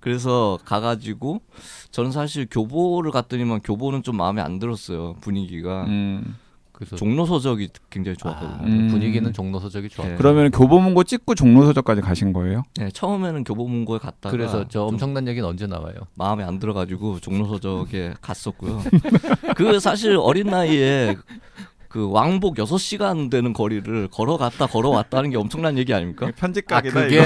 Speaker 3: 그래서 가가지고 저는 사실 교보를 갔더니만 교보는 좀 마음에 안 들었어요
Speaker 2: 아,
Speaker 3: 분위기가
Speaker 1: 음.
Speaker 2: 그래서
Speaker 3: 종로 서적이 굉장히
Speaker 2: 아,
Speaker 3: 좋았거든요
Speaker 1: 음.
Speaker 2: 분위기는 종로서적이 좋아.
Speaker 3: 네.
Speaker 1: 그러면 교보문고 찍고 종로서적까지 가신 거예요?
Speaker 3: 네, 처음에는 교보문고에 갔다가
Speaker 2: 그래서 저
Speaker 3: 좀
Speaker 2: 아, 엄청난 얘기는 언제 나와요?
Speaker 3: 마음에 안 들어가지고 종로서적에 갔었고요. 그 사실 어린 나이에 그 왕복 6시간 되는 거리를 걸어갔다 걸어왔다는 게 엄청난 얘기 아닙니까?
Speaker 2: 아
Speaker 1: 편집각이다
Speaker 2: 그게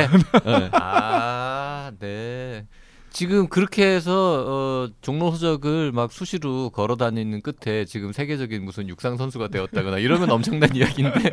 Speaker 3: 네.
Speaker 2: 아, 네. 지금 그렇게 해서 어, 종로 서적을 막 수시로 걸어 다니는 끝에 지금 세계적인 무슨 육상 선수가 되었다거나 이러면 엄청난 이야기인데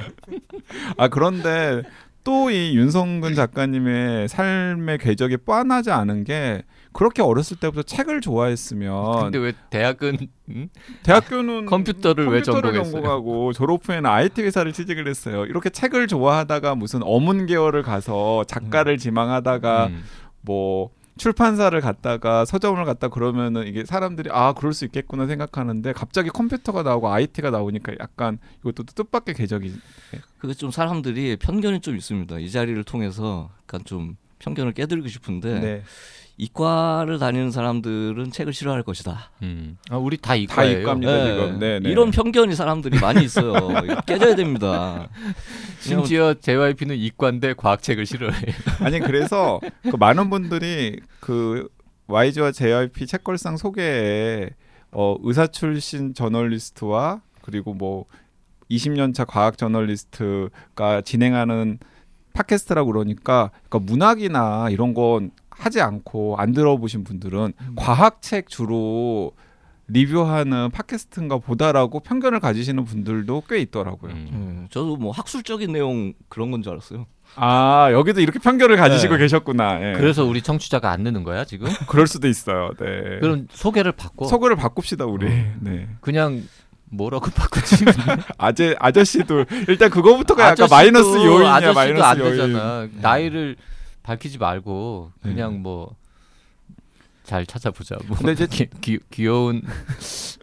Speaker 1: 아 그런데 또 이 윤성근 작가님의 삶의 궤적이 뻔하지 않은 게 그렇게 어렸을 때부터 책을 좋아했으면
Speaker 2: 근데 왜 대학은 음?
Speaker 1: 대학교는
Speaker 2: 컴퓨터를 왜
Speaker 1: 컴퓨터를
Speaker 2: 전공했어요?
Speaker 1: 전공하고 졸업 후에는 IT 회사를 취직을 했어요. 이렇게 책을 좋아하다가 무슨 어문계열을 가서 작가를 지망하다가
Speaker 2: 음.
Speaker 1: 뭐 출판사를 갔다가 서점을 갔다 그러면은 이게 사람들이 아 그럴 수 있겠구나 생각하는데 갑자기 컴퓨터가 나오고 IT가 나오니까 약간 이것도 뜻밖의 궤적이
Speaker 3: 그게 좀 사람들이 편견이 좀 있습니다. 이 자리를 통해서 약간 좀 편견을 깨드리고 싶은데
Speaker 1: 네.
Speaker 3: 이과를 다니는 사람들은 책을 싫어할 것이다.
Speaker 2: 음. 아, 우리 다
Speaker 1: 다
Speaker 2: 이과예요.
Speaker 1: 입과입니다
Speaker 3: 네.
Speaker 1: 지금. 네, 네.
Speaker 3: 이런 편견이 사람들이 많이 있어요. 이거 깨져야 됩니다.
Speaker 2: 심지어 JYP는 이과인데 과학책을 싫어해요.
Speaker 1: 아니 그래서 그 많은 분들이 그 YG와 JYP 책걸상 소개에 어, 의사 출신 저널리스트와 그리고 뭐 20년 차 과학 저널리스트가 진행하는 팟캐스트라고 그러니까 그러니까 문학이나 이런 건 하지 않고 안 들어보신 분들은 과학책 주로 리뷰하는 팟캐스트인가 보다라고 편견을 가지시는 분들도 꽤 있더라고요.
Speaker 2: 음.
Speaker 3: 네, 저도 뭐 학술적인 내용 그런 건 줄 알았어요.
Speaker 1: 아 여기도 이렇게 편견을 가지시고
Speaker 3: 네.
Speaker 1: 계셨구나. 예.
Speaker 2: 그래서 우리 청취자가 안 느는 거야 지금?
Speaker 1: 그럴 수도 있어요. 네.
Speaker 2: 그럼 소개를 받고
Speaker 1: 서구를 바꿉시다 우리.
Speaker 2: 어.
Speaker 1: 네.
Speaker 2: 그냥 뭐라고 바꾸지?
Speaker 1: 아재 아저씨도 일단 그거부터가 약간
Speaker 2: 아저씨도-
Speaker 1: 마이너스 요인이야
Speaker 2: 아저씨도
Speaker 1: 마이너스
Speaker 2: 안
Speaker 1: 요인. 네.
Speaker 2: 되잖아. 나이를 밝히지 말고 그냥 뭐 잘 찾아보자. 뭐
Speaker 1: 근데 이제
Speaker 2: 귀, 귀, 귀여운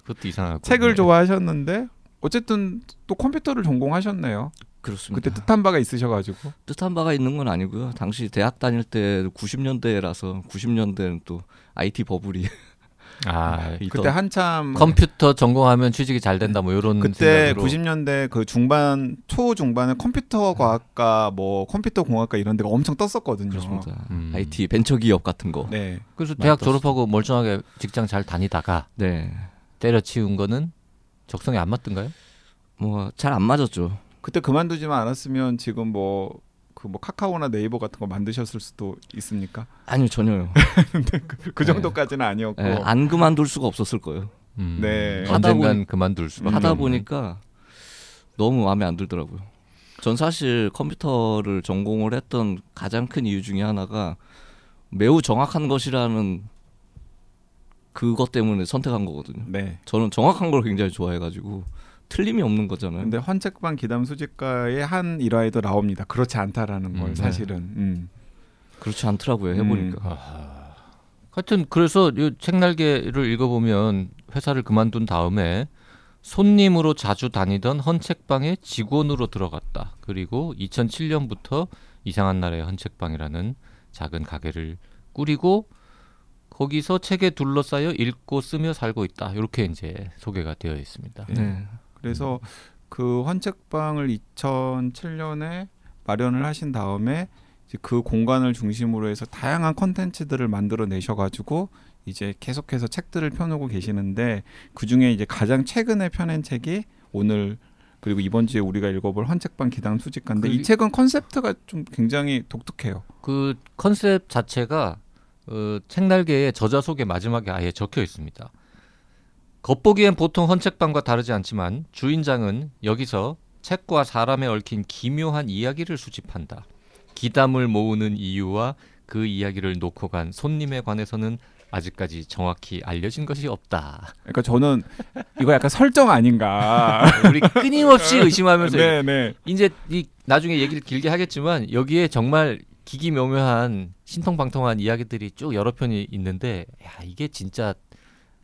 Speaker 2: 그것도 이상하고
Speaker 1: 책을
Speaker 2: 네.
Speaker 1: 좋아하셨는데 어쨌든 또 컴퓨터를 전공하셨네요.
Speaker 2: 음.
Speaker 3: 그렇습니다.
Speaker 1: 그때 뜻한 바가 있으셔가지고.
Speaker 3: 뜻한 바가 있는 건 아니고요. 당시 대학 다닐 때 90년대라서 90년대는 또 IT 버블이
Speaker 2: 아
Speaker 3: 있던
Speaker 1: 그때 한참
Speaker 2: 컴퓨터 전공하면 취직이 잘 된다 뭐 이런
Speaker 1: 그때
Speaker 2: 생각으로
Speaker 1: 90년대 그 중반 초 중반에 컴퓨터 과학과 뭐 컴퓨터 공학과 이런 데가 엄청 떴었거든요.
Speaker 3: 그렇습니다.
Speaker 2: 음.
Speaker 3: IT 벤처 기업 같은 거.
Speaker 1: 네.
Speaker 2: 그래서 대학
Speaker 3: 많이
Speaker 2: 졸업하고 멀쩡하게 직장 잘 다니다가
Speaker 3: 네.
Speaker 2: 때려치운 거는 적성에 안 맞던가요?
Speaker 3: 뭐 잘 안 맞았죠.
Speaker 1: 그때 그만두지만 않았으면 지금 뭐 그 뭐 카카오나 네이버 같은 거 만드셨을 수도 있습니까?
Speaker 3: 아니요, 전혀요.
Speaker 1: 그
Speaker 3: 네.
Speaker 1: 정도까지는 아니었고.
Speaker 3: 네, 안 그만둘 수가 없었을거예요
Speaker 2: 음.
Speaker 1: 네.
Speaker 3: 하다
Speaker 2: 언젠간
Speaker 3: 보니-
Speaker 2: 그만둘 수밖에
Speaker 3: 하다
Speaker 2: 없는.
Speaker 3: 보니까 너무 마음에 안 들더라고요. 전 사실 컴퓨터를 전공을 했던 가장 큰 이유 중에 하나가 매우 정확한 것이라는 그것 때문에 선택한 거거든요.
Speaker 1: 네.
Speaker 3: 저는 정확한 걸 굉장히 좋아해가지고 틀림이 없는 거잖아요.
Speaker 1: 근데 헌책방 기담 수집가의 한 일화에도 나옵니다. 그렇지 않다라는 걸
Speaker 2: 음, 네.
Speaker 1: 사실은. 음.
Speaker 3: 그렇지 않더라고요.
Speaker 2: 음.
Speaker 3: 해보니까
Speaker 2: 아, 하여튼 그래서 이 책날개를 읽어보면 회사를 그만둔 다음에 손님으로 자주 다니던 헌책방에 직원으로 들어갔다. 그리고 2007년부터 이상한 나라의 헌책방이라는 작은 가게를 꾸리고 거기서 책에 둘러싸여 읽고 쓰며 살고 있다. 이렇게 이제 소개가 되어 있습니다.
Speaker 1: 예.
Speaker 3: 네.
Speaker 1: 그래서 그 헌책방을 2007년에 마련을 하신 다음에 이제 그 공간을 중심으로 해서 다양한 컨텐츠들을 만들어 내셔가지고 이제 계속해서 책들을 펴놓고 계시는데 그 중에 이제 가장 최근에 펴낸 책이 오늘 그리고 이번 주에 우리가 읽어볼 헌책방 기당 수집가인데
Speaker 2: 그-
Speaker 1: 이 책은 컨셉트가 좀 굉장히 독특해요.
Speaker 2: 그 컨셉 자체가 어, 책날개에 저자 소개 마지막에 아예 적혀 있습니다. 겉보기엔 보통 헌책방과 다르지 않지만 주인장은 여기서 책과 사람에 얽힌 기묘한 이야기를 수집한다. 기담을 모으는 이유와 그 이야기를 놓고 간 손님에 관해서는 아직까지 정확히 알려진 것이 없다.
Speaker 1: 그러니까 저는 이거 약간 설정 아닌가.
Speaker 2: 우리 끊임없이 의심하면서
Speaker 1: 네네.
Speaker 2: 이제 이 나중에 얘기를 길게 하겠지만 여기에 정말 기기묘묘한 신통방통한 이야기들이 쭉 여러 편이 있는데 야 이게 진짜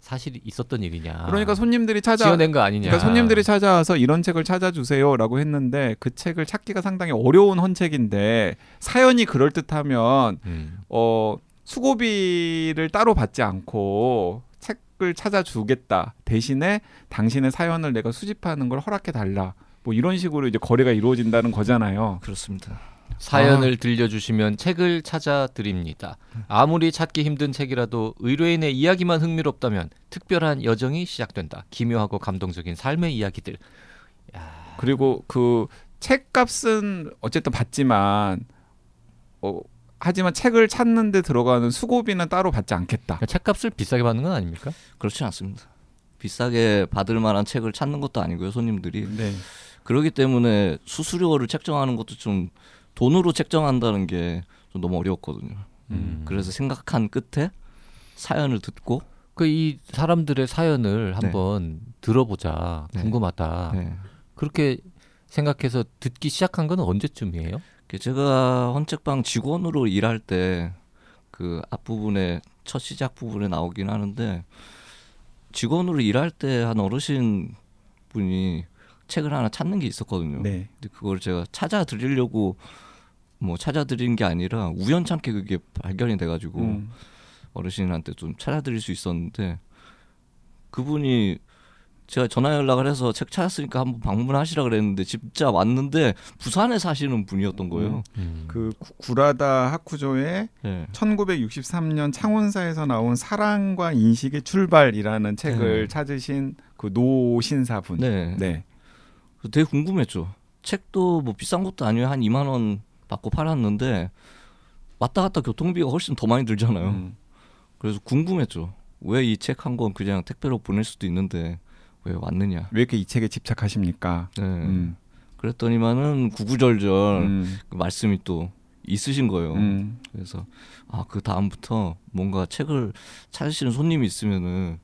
Speaker 2: 사실 있었던 일이냐
Speaker 1: 그러니까 손님들이 찾아
Speaker 2: 지어낸 거 아니냐
Speaker 1: 그러니까 손님들이 찾아와서 이런 책을 찾아주세요라고 했는데 그 책을 찾기가 상당히 어려운 헌책인데 사연이 그럴 듯하면
Speaker 2: 음.
Speaker 1: 어 수고비를 따로 받지 않고 책을 찾아주겠다 대신에 당신의 사연을 내가 수집하는 걸 허락해 달라 뭐 이런 식으로 이제 거래가 이루어진다는 거잖아요.
Speaker 3: 그렇습니다.
Speaker 2: 사연을 들려주시면 책을 찾아 드립니다 아무리 찾기 힘든 책이라도 의뢰인의 이야기만 흥미롭다면 특별한 여정이 시작된다 기묘하고 감동적인 삶의 이야기들
Speaker 1: 그리고 그 책값은 어쨌든 받지만 어 하지만 책을 찾는데 들어가는 수고비는 따로 받지 않겠다.
Speaker 2: 그러니까 책값을 비싸게 받는 건 아닙니까
Speaker 3: 그렇지 않습니다. 비싸게 받을 만한 책을 찾는 것도 아니고요, 손님들이.
Speaker 1: 네.
Speaker 3: 그렇기 때문에 수수료를 책정하는 것도 좀 돈으로 책정한다는 게 좀 너무 어려웠거든요.
Speaker 2: 음.
Speaker 3: 그래서 생각한 끝에 사연을 듣고
Speaker 2: 그 이 사람들의 사연을
Speaker 3: 네.
Speaker 2: 한번 들어보자
Speaker 3: 네.
Speaker 1: 아.
Speaker 2: 궁금하다
Speaker 3: 네.
Speaker 2: 그렇게 생각해서 듣기 시작한 건 언제쯤이에요?
Speaker 3: 그 제가 헌책방 직원으로 일할 때 그 앞부분에 첫 시작 부분에 나오긴 하는데 직원으로 일할 때 한 어르신 분이 책을 하나 찾는 게 있었거든요.
Speaker 1: 네.
Speaker 3: 근데 그걸 제가 찾아 드리려고 뭐 찾아 드린 게 아니라 우연찮게 그게 발견이 돼 가지고
Speaker 1: 음.
Speaker 3: 어르신한테 좀 찾아드릴 수 있었는데 그분이 제가 전화 연락을 해서 책 찾았으니까 한번 방문하시라 그랬는데 진짜 왔는데 부산에 사시는 분이었던 거예요.
Speaker 1: 그 구- 구라다 하쿠조의
Speaker 3: 네.
Speaker 1: 1963년 창원사에서 나온 사랑과 인식의 출발이라는 책을
Speaker 3: 네.
Speaker 1: 찾으신 그 노신사분.
Speaker 3: 네.
Speaker 1: 네.
Speaker 3: 그래서 되게 궁금했죠. 책도 뭐 비싼 것도 아니에요. 한 2만 원 받고 팔았는데 왔다 갔다 교통비가 훨씬 더 많이 들잖아요.
Speaker 1: 음.
Speaker 3: 그래서 궁금했죠. 왜 이 책 한 권 그냥 택배로 보낼 수도 있는데 왜 왔느냐.
Speaker 1: 왜 이렇게 이 책에 집착하십니까?
Speaker 3: 네.
Speaker 1: 음.
Speaker 3: 그랬더니만은 구구절절
Speaker 1: 음.
Speaker 3: 그 말씀이 또 있으신 거예요.
Speaker 1: 음.
Speaker 3: 그래서 아 그 다음부터 뭔가 책을 찾으시는 손님이 있으면은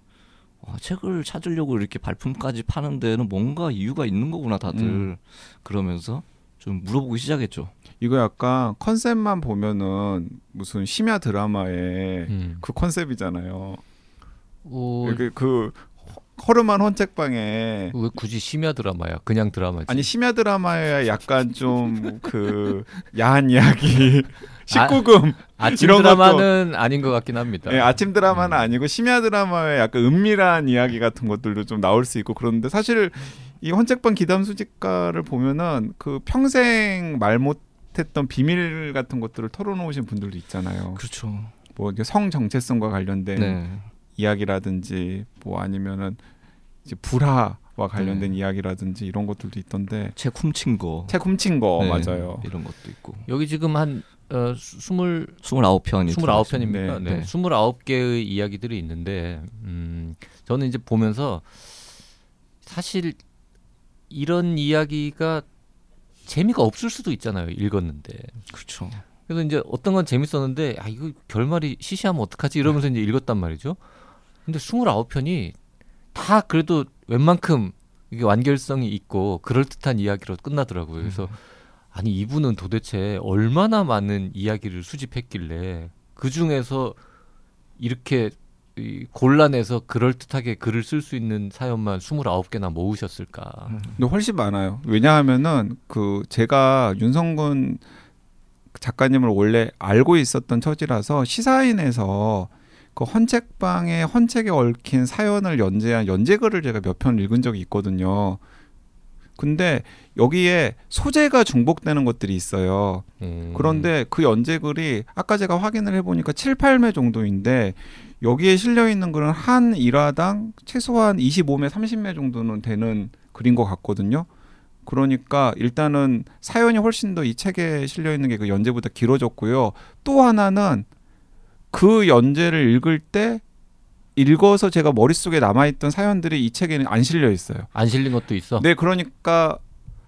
Speaker 3: 와, 책을 찾으려고 이렇게 발품까지 파는 데는 뭔가 이유가 있는 거구나 다들
Speaker 1: 음.
Speaker 3: 그러면서 좀 물어보기 시작했죠.
Speaker 1: 이거 약간 컨셉만 보면은 무슨 심야 드라마의
Speaker 3: 음.
Speaker 2: 음.
Speaker 1: 그 컨셉이잖아요.
Speaker 3: 뭐
Speaker 1: 이렇게 그 허- 허름한 헌책방에
Speaker 2: 왜 굳이 심야 드라마야? 그냥 드라마지.
Speaker 1: 아니 심야 드라마에 약간 좀 그 야한 이야기
Speaker 3: 아,
Speaker 1: 19금
Speaker 2: 아침
Speaker 1: 이런
Speaker 2: 드라마는 아닌 것 같긴 합니다.
Speaker 1: 예, 아침 드라마는
Speaker 3: 음.
Speaker 1: 아니고 심야 드라마의 약간 은밀한 이야기 같은 것들도 좀 나올 수 있고 그런데 사실 이 헌책방 기담 수집가를 보면은 그 평생 말 못했던 비밀 같은 것들을 털어놓으신 분들도 있잖아요.
Speaker 3: 그렇죠.
Speaker 1: 뭐 이제 성 정체성과 관련된
Speaker 3: 네.
Speaker 1: 이야기라든지 뭐 아니면은 이제 불화와
Speaker 3: 네.
Speaker 1: 관련된 이야기라든지 이런 것들도 있던데
Speaker 3: 책 훔친 거
Speaker 1: 책 훔친 거
Speaker 3: 네,
Speaker 1: 맞아요.
Speaker 3: 이런 것도 있고
Speaker 2: 여기 지금 한 어, 스물
Speaker 3: 29편이
Speaker 1: 네,
Speaker 2: 29편입니다. 네,
Speaker 3: 네.
Speaker 2: 29개의 이야기들이 있는데 음, 저는 이제 보면서 사실 이런 이야기가 재미가 없을 수도 있잖아요. 읽었는데.
Speaker 3: 그렇죠.
Speaker 2: 그래서 이제 어떤 건 재밌었는데 아 이거 결말이 시시하면 어떡하지 이러면서
Speaker 1: 네.
Speaker 2: 이제 읽었단 말이죠. 근데 29편이 다 그래도 웬만큼 이게 완결성이 있고 그럴듯한 이야기로 끝나더라고요.
Speaker 1: 음.
Speaker 2: 그래서 아니 이분은 도대체 얼마나 많은 이야기를 수집했길래 그 중에서 이렇게 이 곤란해서 그럴듯하게 글을 쓸 수 있는 사연만 29개나
Speaker 1: 음.
Speaker 2: 모으셨을까?
Speaker 1: 근데 훨씬 많아요. 왜냐하면은 그 제가 윤성근 작가님을 원래 알고 있었던 처지라서 시사인에서 그 헌책방에 헌책에 얽힌 사연을 연재한 연재글을 제가 몇 편 읽은 적이 있거든요. 근데 여기에 소재가 중복되는 것들이 있어요.
Speaker 2: 음.
Speaker 1: 그런데 그 연재글이 아까 제가 확인을 해보니까 7, 8매 정도인데 여기에 실려 있는 글은 한 일화당 최소한 25매, 30매 정도는 되는 글인 것 같거든요. 그러니까 일단은 사연이 훨씬 더 이 책에 실려 있는 게 그 연재보다 길어졌고요. 또 하나는 그 연재를 읽을 때 읽어서 제가 머릿속에 남아있던 사연들이 이 책에는 안 실려 있어요.
Speaker 2: 안 실린 것도 있어.
Speaker 1: 네, 그러니까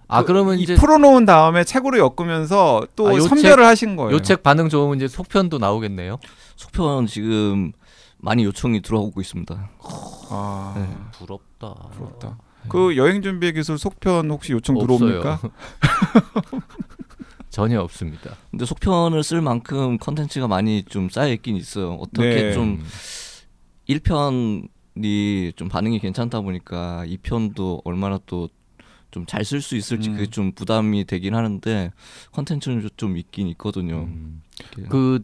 Speaker 2: 아
Speaker 1: 그-
Speaker 2: 그러면
Speaker 1: 이
Speaker 2: 이제
Speaker 1: 풀어놓은 다음에 책으로 엮으면서 또
Speaker 2: 아, 요
Speaker 1: 선별을 하신 거예요.
Speaker 2: 요 책 반응 좋으면 이제 속편도 나오겠네요.
Speaker 3: 속편 지금 많이 요청이 들어오고 있습니다.
Speaker 1: 아,
Speaker 3: 네.
Speaker 2: 부럽다.
Speaker 1: 부럽다. 그 여행 준비 기술 속편 혹시 요청 들어옵니까?
Speaker 2: 없어요. 전혀 없습니다.
Speaker 3: 근데 속편을 쓸 만큼 컨텐츠가 많이 좀 쌓여 있긴 있어요. 어떻게
Speaker 1: 네.
Speaker 3: 좀
Speaker 2: 음.
Speaker 3: 1편이 좀 반응이 괜찮다 보니까 2편도 얼마나 또 좀 잘 쓸 수 있을지
Speaker 1: 음.
Speaker 3: 그게 좀 부담이 되긴 하는데 컨텐츠는 좀- 좀 있긴 있거든요.
Speaker 2: 음.
Speaker 3: 이렇게.
Speaker 2: 그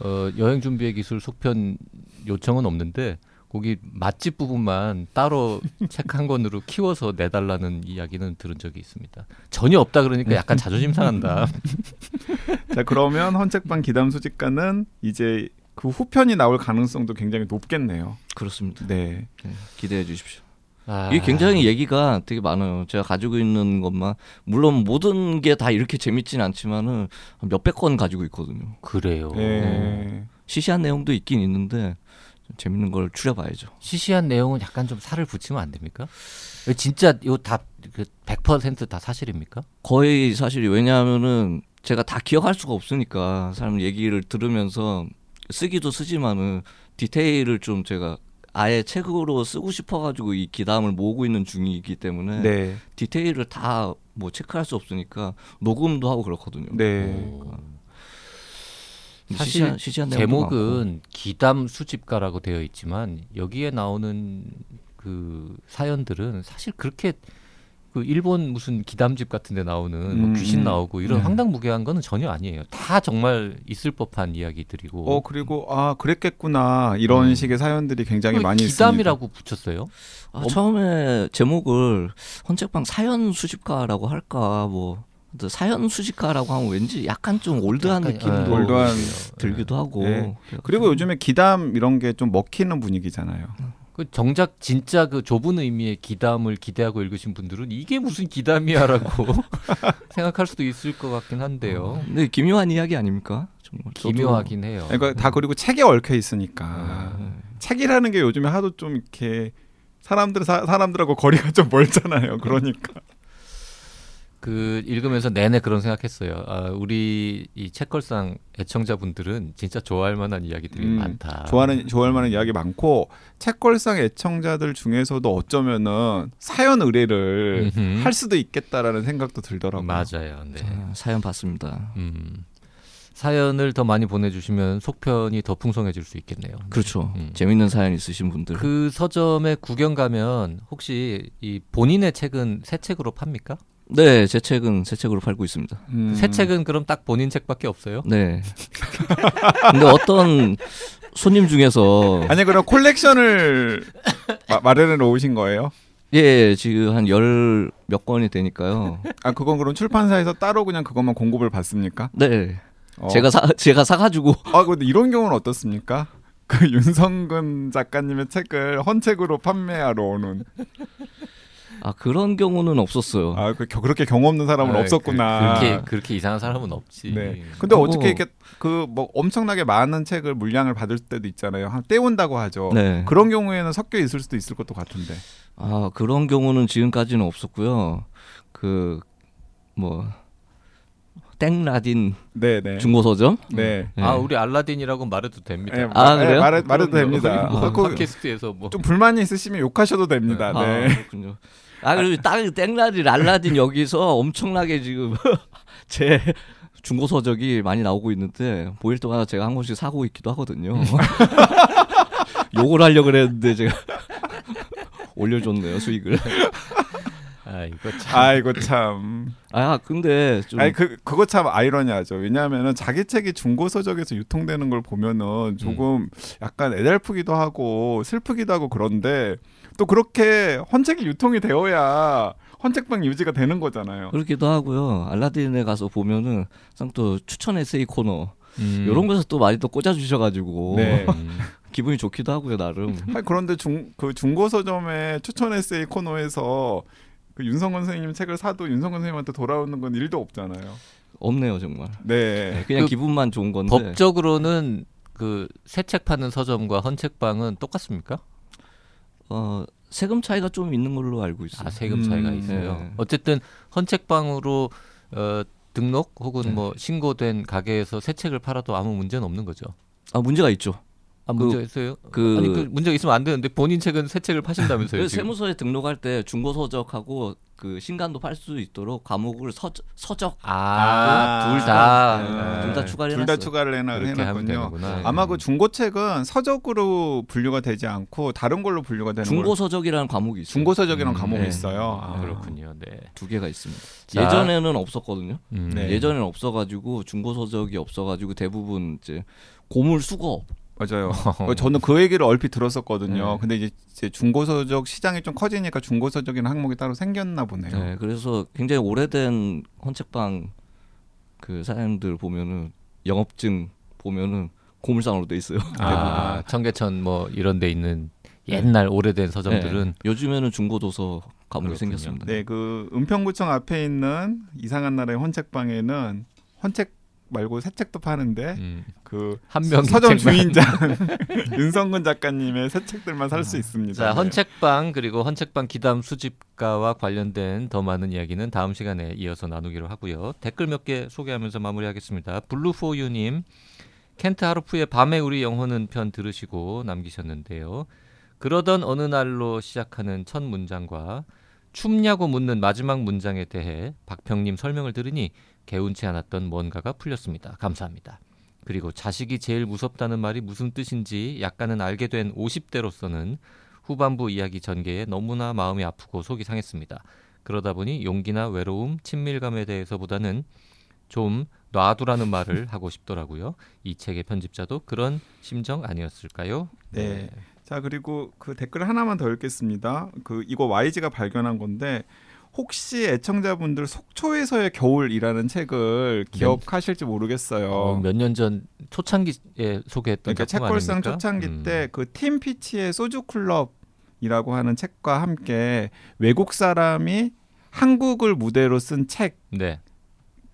Speaker 2: 어, 여행 준비의 기술 속편 요청은 없는데 거기 맛집 부분만 따로 책 한 권으로 키워서 내달라는 이야기는 들은 적이 있습니다. 전혀 없다 그러니까 약간 자존심 상한다.
Speaker 1: 자 그러면 헌책방 기담 소집가는 이제 그 후편이 나올 가능성도 굉장히 높겠네요.
Speaker 3: 그렇습니다.
Speaker 1: 네.
Speaker 3: 네, 기대해 주십시오.
Speaker 2: 아,
Speaker 3: 이게 굉장히 얘기가 되게 많아요. 제가 가지고 있는 것만 물론 모든 게 다 이렇게 재밌진 않지만은 한 몇백 건 가지고 있거든요.
Speaker 2: 그래요.
Speaker 3: 예.
Speaker 1: 네.
Speaker 3: 시시한 내용도 있긴 있는데 좀 재밌는 걸 추려봐야죠.
Speaker 2: 시시한 내용은 약간 좀 살을 붙이면 안 됩니까? 진짜 그 이다그100%다 사실입니까?
Speaker 3: 거의 사실 왜냐하면은 제가 다 기억할 수가 없으니까 사람 얘기를 들으면서 쓰기도 쓰지만은 디테일을 좀 제가 아예 책으로 쓰고 싶어가지고 이 기담을 모으고 있는 중이기 때문에
Speaker 1: 네.
Speaker 3: 디테일을 다 뭐 체크할 수 없으니까 녹음도 하고 그렇거든요. 그러니까.
Speaker 1: 네.
Speaker 3: 근데
Speaker 2: 사실
Speaker 3: 시시한- 시시한 내용도 많고.
Speaker 2: 제목은 기담 수집가라고 되어 있지만 여기에 나오는 그 사연들은 사실 그렇게 그 일본 무슨 기담집 같은 데 나오는 뭐
Speaker 1: 음,
Speaker 2: 귀신
Speaker 1: 음.
Speaker 2: 나오고 이런
Speaker 3: 네.
Speaker 2: 황당무계한 거는 전혀 아니에요. 다 정말 있을 법한 이야기들이고.
Speaker 1: 어 그리고 아 그랬겠구나 이런
Speaker 2: 음.
Speaker 1: 식의 사연들이 굉장히
Speaker 2: 왜
Speaker 1: 많이 있습니다.
Speaker 2: 기담이라고 붙였어요.
Speaker 3: 아, 처음에 제목을 헌책방 사연 수집가라고 할까 뭐 근데 사연 수집가라고 하면 왠지 약간 좀 올드한
Speaker 2: 약간,
Speaker 3: 느낌도
Speaker 2: 예,
Speaker 1: 올드한
Speaker 3: 들기도 하고
Speaker 1: 예. 그리고 요즘에 기담 이런 게 좀 먹히는 분위기잖아요.
Speaker 2: 그 정작 진짜 그 좁은 의미의 기담을 기대하고 읽으신 분들은 이게 무슨 기담이야라고 생각할 수도 있을 것 같긴 한데요.
Speaker 3: 근데 기묘한 이야기 아닙니까? 정말 저도
Speaker 2: 기묘하긴 해요.
Speaker 1: 음. 그러니까 다 그리고 책에 얽혀 있으니까 책이라는 게 요즘에 하도 좀 이렇게 사람들 사, 사람들하고 거리가 좀 멀잖아요. 그러니까
Speaker 2: 그 읽으면서 내내 그런 생각했어요. 아, 우리 이 책걸상 애청자분들은 진짜 좋아할 만한 이야기들이
Speaker 1: 음,
Speaker 2: 많다.
Speaker 1: 좋아하는 좋아할 만한 이야기 많고 책걸상 애청자들 중에서도 어쩌면은 사연 의뢰를
Speaker 2: 음흠.
Speaker 1: 할 수도 있겠다라는 생각도 들더라고요.
Speaker 2: 맞아요. 네.
Speaker 3: 자, 사연 봤습니다.
Speaker 2: 음. 사연을 더 많이 보내주시면 속편이 더 풍성해질 수 있겠네요.
Speaker 3: 그렇죠.
Speaker 1: 예.
Speaker 2: 음.
Speaker 3: 재밌는 사연 있으신 분들
Speaker 2: 그 서점에 구경 가면 혹시 이 본인의 책은 새 책으로 팝니까?
Speaker 3: 네, 제 책은 새 책으로 팔고 있습니다.
Speaker 1: 음.
Speaker 2: 새 책은 그럼 딱 본인 책밖에 없어요?
Speaker 3: 네. 근데 어떤 손님 중에서
Speaker 1: 아니 그럼 콜렉션을 마- 마련해 놓으신 거예요?
Speaker 3: 예, 지금 한 열 몇 권이 되니까요.
Speaker 1: 아 그건 그럼 출판사에서 따로 그냥 그것만 공급을 받습니까?
Speaker 3: 네.
Speaker 1: 어.
Speaker 3: 제가 사 제가 사 가지고
Speaker 1: 아 근데 이런 경우는 어떻습니까? 그 윤성근 작가님의 책을 헌책으로 판매하러 오는
Speaker 3: 아 그런 경우는 없었어요.
Speaker 1: 아 그, 겨- 그렇게 경험 없는 사람은
Speaker 2: 아,
Speaker 1: 없었구나.
Speaker 2: 그, 그렇게 그렇게 이상한 사람은 없지.
Speaker 1: 네. 근데
Speaker 3: 그거-
Speaker 1: 어떻게 이렇게 그 뭐 엄청나게 많은 책을 물량을 받을 때도 있잖아요. 한 때운다고 하죠.
Speaker 3: 네.
Speaker 1: 어. 그런 경우에는 섞여 있을 수도 있을 것도 같은데.
Speaker 3: 아 그런 경우는 지금까지는 없었고요. 그 뭐 땡라딘
Speaker 1: 네, 네.
Speaker 3: 중고 서점.
Speaker 1: 네.
Speaker 3: 네.
Speaker 2: 아 우리 알라딘이라고 말해도 됩니다.
Speaker 1: 예,
Speaker 3: 아,
Speaker 1: 예,
Speaker 3: 그래요?
Speaker 1: 말해, 말해도 됩니다.
Speaker 2: 뭐,
Speaker 1: 어, 그-
Speaker 2: 팟캐스트에서 뭐
Speaker 1: 좀 불만이 있으시면 욕하셔도 됩니다.
Speaker 3: 아,
Speaker 1: 네.
Speaker 3: 그렇군요. 아 그리고 딱 땡라딘 알라딘 여기서 엄청나게 지금 제 중고 서적이 많이 나오고 있는데 보일 동안 제가 한 권씩 사고 있기도 하거든요.
Speaker 1: 네.
Speaker 3: 욕을 하려 고 그랬는데 제가 올려줬네요 수익을.
Speaker 2: 아이고 참.
Speaker 1: 아이고 참.
Speaker 3: 아 근데 좀
Speaker 1: 아니 그 그거 참 아이러니하죠. 왜냐하면은 자기 책이 중고 서적에서 유통되는 걸 보면은 조금 약간 애달프기도 하고 슬프기도 하고 그런데 또 그렇게 헌책이 유통이 되어야 헌책방 유지가 되는 거잖아요.
Speaker 3: 그렇기도 하고요. 알라딘에 가서 보면은 항상 또 추천 에세이 코너
Speaker 2: 음.
Speaker 3: 이런 곳에서 또 많이 또 꽂아주셔가지고
Speaker 1: 네.
Speaker 2: 음.
Speaker 3: 기분이 좋기도 하고요 나름.
Speaker 1: 아니, 그런데 중 그 중고 서점의 추천 에세이 코너에서 그 윤성건 선생님 책을 사도 윤성건 선생님한테 돌아오는 건 일도 없잖아요.
Speaker 3: 없네요 정말.
Speaker 1: 네.
Speaker 3: 그냥
Speaker 2: 그
Speaker 3: 기분만 좋은 건데.
Speaker 2: 법적으로는 그 새 책 파는 서점과 헌책방은 똑같습니까?
Speaker 3: 어 세금 차이가 좀 있는 걸로 알고 있어요.
Speaker 2: 아 세금 차이가
Speaker 1: 음,
Speaker 2: 있어요.
Speaker 3: 네.
Speaker 2: 어쨌든 헌책방으로 어, 등록 혹은
Speaker 1: 네.
Speaker 2: 뭐 신고된 가게에서 새 책을 팔아도 아무 문제는 없는 거죠.
Speaker 3: 아 문제가 있죠.
Speaker 2: 아
Speaker 3: 그-
Speaker 2: 문제 있어요?
Speaker 3: 그-
Speaker 2: 아니 그 문제 가 있으면 안 되는데 본인 책은 새 책을 파신다면서요
Speaker 1: 네,
Speaker 3: 그
Speaker 2: 지금?
Speaker 3: 세무서에 등록할 때 중고 서적하고 그 신간도 팔 수 있도록 과목을 서, 서적
Speaker 1: 아,
Speaker 2: 아둘 다.
Speaker 3: 네. 둘다 추가- 추가를
Speaker 1: 둘다
Speaker 3: 해놨어요.
Speaker 1: 추가를 해놔,
Speaker 2: 그렇게 하면
Speaker 1: 해놨군요.
Speaker 2: 되는구나. 음.
Speaker 3: 네.
Speaker 1: 아마 그 중고책은 서적으로 분류가 되지 않고 다른 걸로 분류가 되는
Speaker 3: 중고
Speaker 1: 걸
Speaker 3: 서적이라는 과목이 있어요.
Speaker 1: 중고 서적이라는
Speaker 2: 음,
Speaker 1: 과목이
Speaker 3: 네.
Speaker 1: 있어요.
Speaker 2: 아,
Speaker 1: 아.
Speaker 2: 그렇군요. 네.
Speaker 3: 두 개가 있습니다.
Speaker 2: 자.
Speaker 3: 예전에는 없었거든요.
Speaker 2: 음.
Speaker 1: 네.
Speaker 3: 예전에는 없어가지고 중고 서적이 없어가지고 대부분 이제 고물 수거.
Speaker 1: 맞아요. 어, 저는 그 얘기를 얼핏 들었었거든요.
Speaker 3: 네.
Speaker 1: 근데 이제, 이제 중고 서적 시장이 좀 커지니까 중고 서적이라는 항목이 따로 생겼나 보네요.
Speaker 3: 네, 그래서 굉장히 오래된 헌책방 그 사장님들 보면은 영업증 보면은 고물상으로 돼 있어요. 네,
Speaker 2: 아, 청계천 뭐 이런 데 있는 옛날 오래된 서점들은
Speaker 3: 네, 요즘에는 중고 도서 과목이
Speaker 2: 그렇군요.
Speaker 3: 생겼습니다.
Speaker 1: 네, 그 은평구청 앞에 있는 이상한 나라의 헌책방에는 헌책 말고 새 책도 파는데
Speaker 2: 음,
Speaker 1: 그
Speaker 2: 한명
Speaker 1: 서점 주인장 윤성근 작가님의 새 책들만 살
Speaker 2: 아.
Speaker 1: 수 있습니다.
Speaker 2: 자,
Speaker 1: 네.
Speaker 2: 헌책방 그리고 헌책방 기담 수집가와 관련된 더 많은 이야기는 다음 시간에 이어서 나누기로 하고요. 댓글 몇 개 소개하면서 마무리하겠습니다. 블루포유님, 켄트 하루프의 밤에 우리 영혼은 편 들으시고 남기셨는데요. 그러던 어느 날로 시작하는 첫 문장과 춥냐고 묻는 마지막 문장에 대해 박평님 설명을 들으니 개운치 않았던 뭔가가 풀렸습니다. 감사합니다. 그리고 자식이 제일 무섭다는 말이 무슨 뜻인지 약간은 알게 된 50대로서는 후반부 이야기 전개에 너무나 마음이 아프고 속이 상했습니다. 그러다 보니 용기나 외로움, 친밀감에 대해서보다는 좀 놔두라는 말을 하고 싶더라고요. 이 책의 편집자도 그런 심정 아니었을까요?
Speaker 1: 네. 자 그리고 그 댓글 하나만 더 읽겠습니다. 그 이거 YG가 발견한 건데 혹시 애청자분들 속초에서의 겨울이라는 책을
Speaker 2: 네.
Speaker 1: 기억하실지 모르겠어요.
Speaker 2: 몇 년 전 초창기에 소개했던
Speaker 1: 그러니까
Speaker 2: 네. 작품
Speaker 1: 책골상
Speaker 2: 아닙니까?
Speaker 1: 초창기
Speaker 2: 음.
Speaker 1: 때 그 팀 피치의 소주 클럽이라고 하는 책과 함께 외국 사람이 한국을 무대로 쓴 책.
Speaker 2: 네.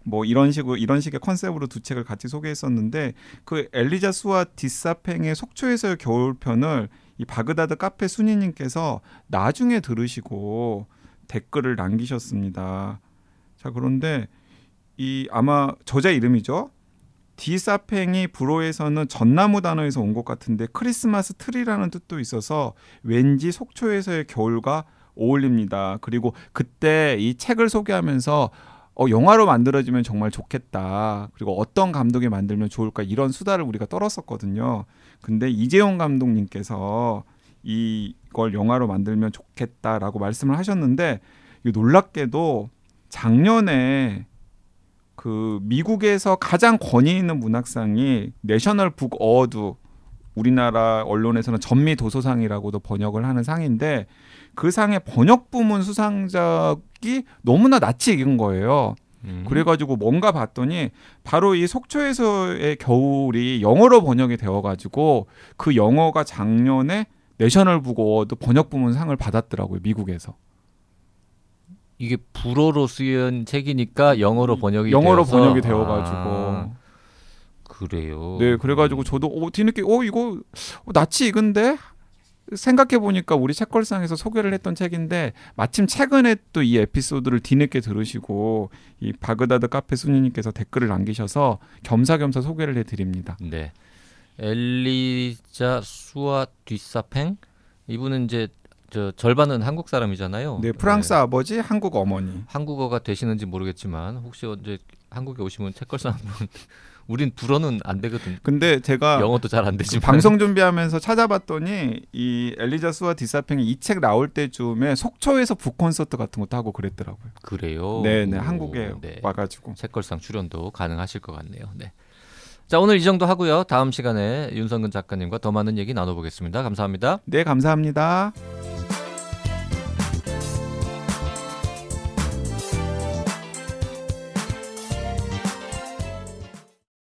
Speaker 1: 뭐 이런 식으로 이런 식의 컨셉으로 두 책을 같이 소개했었는데 그 엘리자 수와 디사팽의 속초에서의 겨울편을 이 바그다드 카페 순이님께서 나중에 들으시고 댓글을 남기셨습니다. 자 그런데 이 아마 저자 이름이죠. 디사팽이 불어에서는 전나무 단어에서 온 것 같은데 크리스마스 트리라는 뜻도 있어서 왠지 속초에서의 겨울과 어울립니다. 그리고 그때 이 책을 소개하면서 어, 영화로 만들어지면 정말 좋겠다. 그리고 어떤 감독이 만들면 좋을까 이런 수다를 우리가 떨었었거든요. 근데 이재용 감독님께서 이걸 영화로 만들면 좋겠다라고 말씀을 하셨는데 이 놀랍게도 작년에 그 미국에서 가장 권위 있는 문학상이 내셔널 북 어워드 우리나라 언론에서는 전미 도서상이라고도 번역을 하는 상인데 그 상의 번역 부문 수상작이 너무나 낯이 익은 거예요.
Speaker 2: 음.
Speaker 1: 그래가지고 뭔가 봤더니 바로 이 속초에서의 겨울이 영어로 번역이 되어가지고 그 영어가 작년에 내셔널 북 어워드 번역 부문 상을 받았더라고요 미국에서
Speaker 2: 이게 불어로 쓰인 책이니까 영어로 번역이
Speaker 1: 영어로
Speaker 2: 되어서-
Speaker 1: 번역이 되어가지고
Speaker 2: 아, 그래요.
Speaker 1: 네 그래가지고 저도 어, 뒤늦게 어 이거 어, 낯이 익은데 생각해 보니까 우리 책걸상에서 소개를 했던 책인데 마침 최근에 또 이 에피소드를 뒤늦게 들으시고 이 바그다드 카페 순이님께서 댓글을 남기셔서 겸사겸사 소개를 해드립니다.
Speaker 2: 네. 엘리자 수아 뒷사팽 이분은 이제 저 절반은 한국 사람이잖아요.
Speaker 1: 네 프랑스
Speaker 2: 네.
Speaker 1: 아버지 한국 어머니.
Speaker 2: 한국어가 되시는지 모르겠지만 혹시 언제 한국에 오시면 책걸상 한번 우린 불어는 안 되거든.
Speaker 1: 근데 제가 그
Speaker 2: 영어도 잘 안 되지만.
Speaker 1: 아, 방송 준비하면서 찾아봤더니 이 엘리자 스와 디사팽이 이 책 나올 때쯤에 속초에서 북 콘서트 같은 것도 하고 그랬더라고요.
Speaker 2: 그래요.
Speaker 1: 네네
Speaker 2: 오,
Speaker 1: 한국에
Speaker 2: 네.
Speaker 1: 와가지고
Speaker 2: 책걸상 출연도 가능하실 것 같네요. 네. 자 오늘 이 정도 하고요. 다음 시간에 윤성근 작가님과 더 많은 얘기 나눠보겠습니다. 감사합니다.
Speaker 1: 네 감사합니다.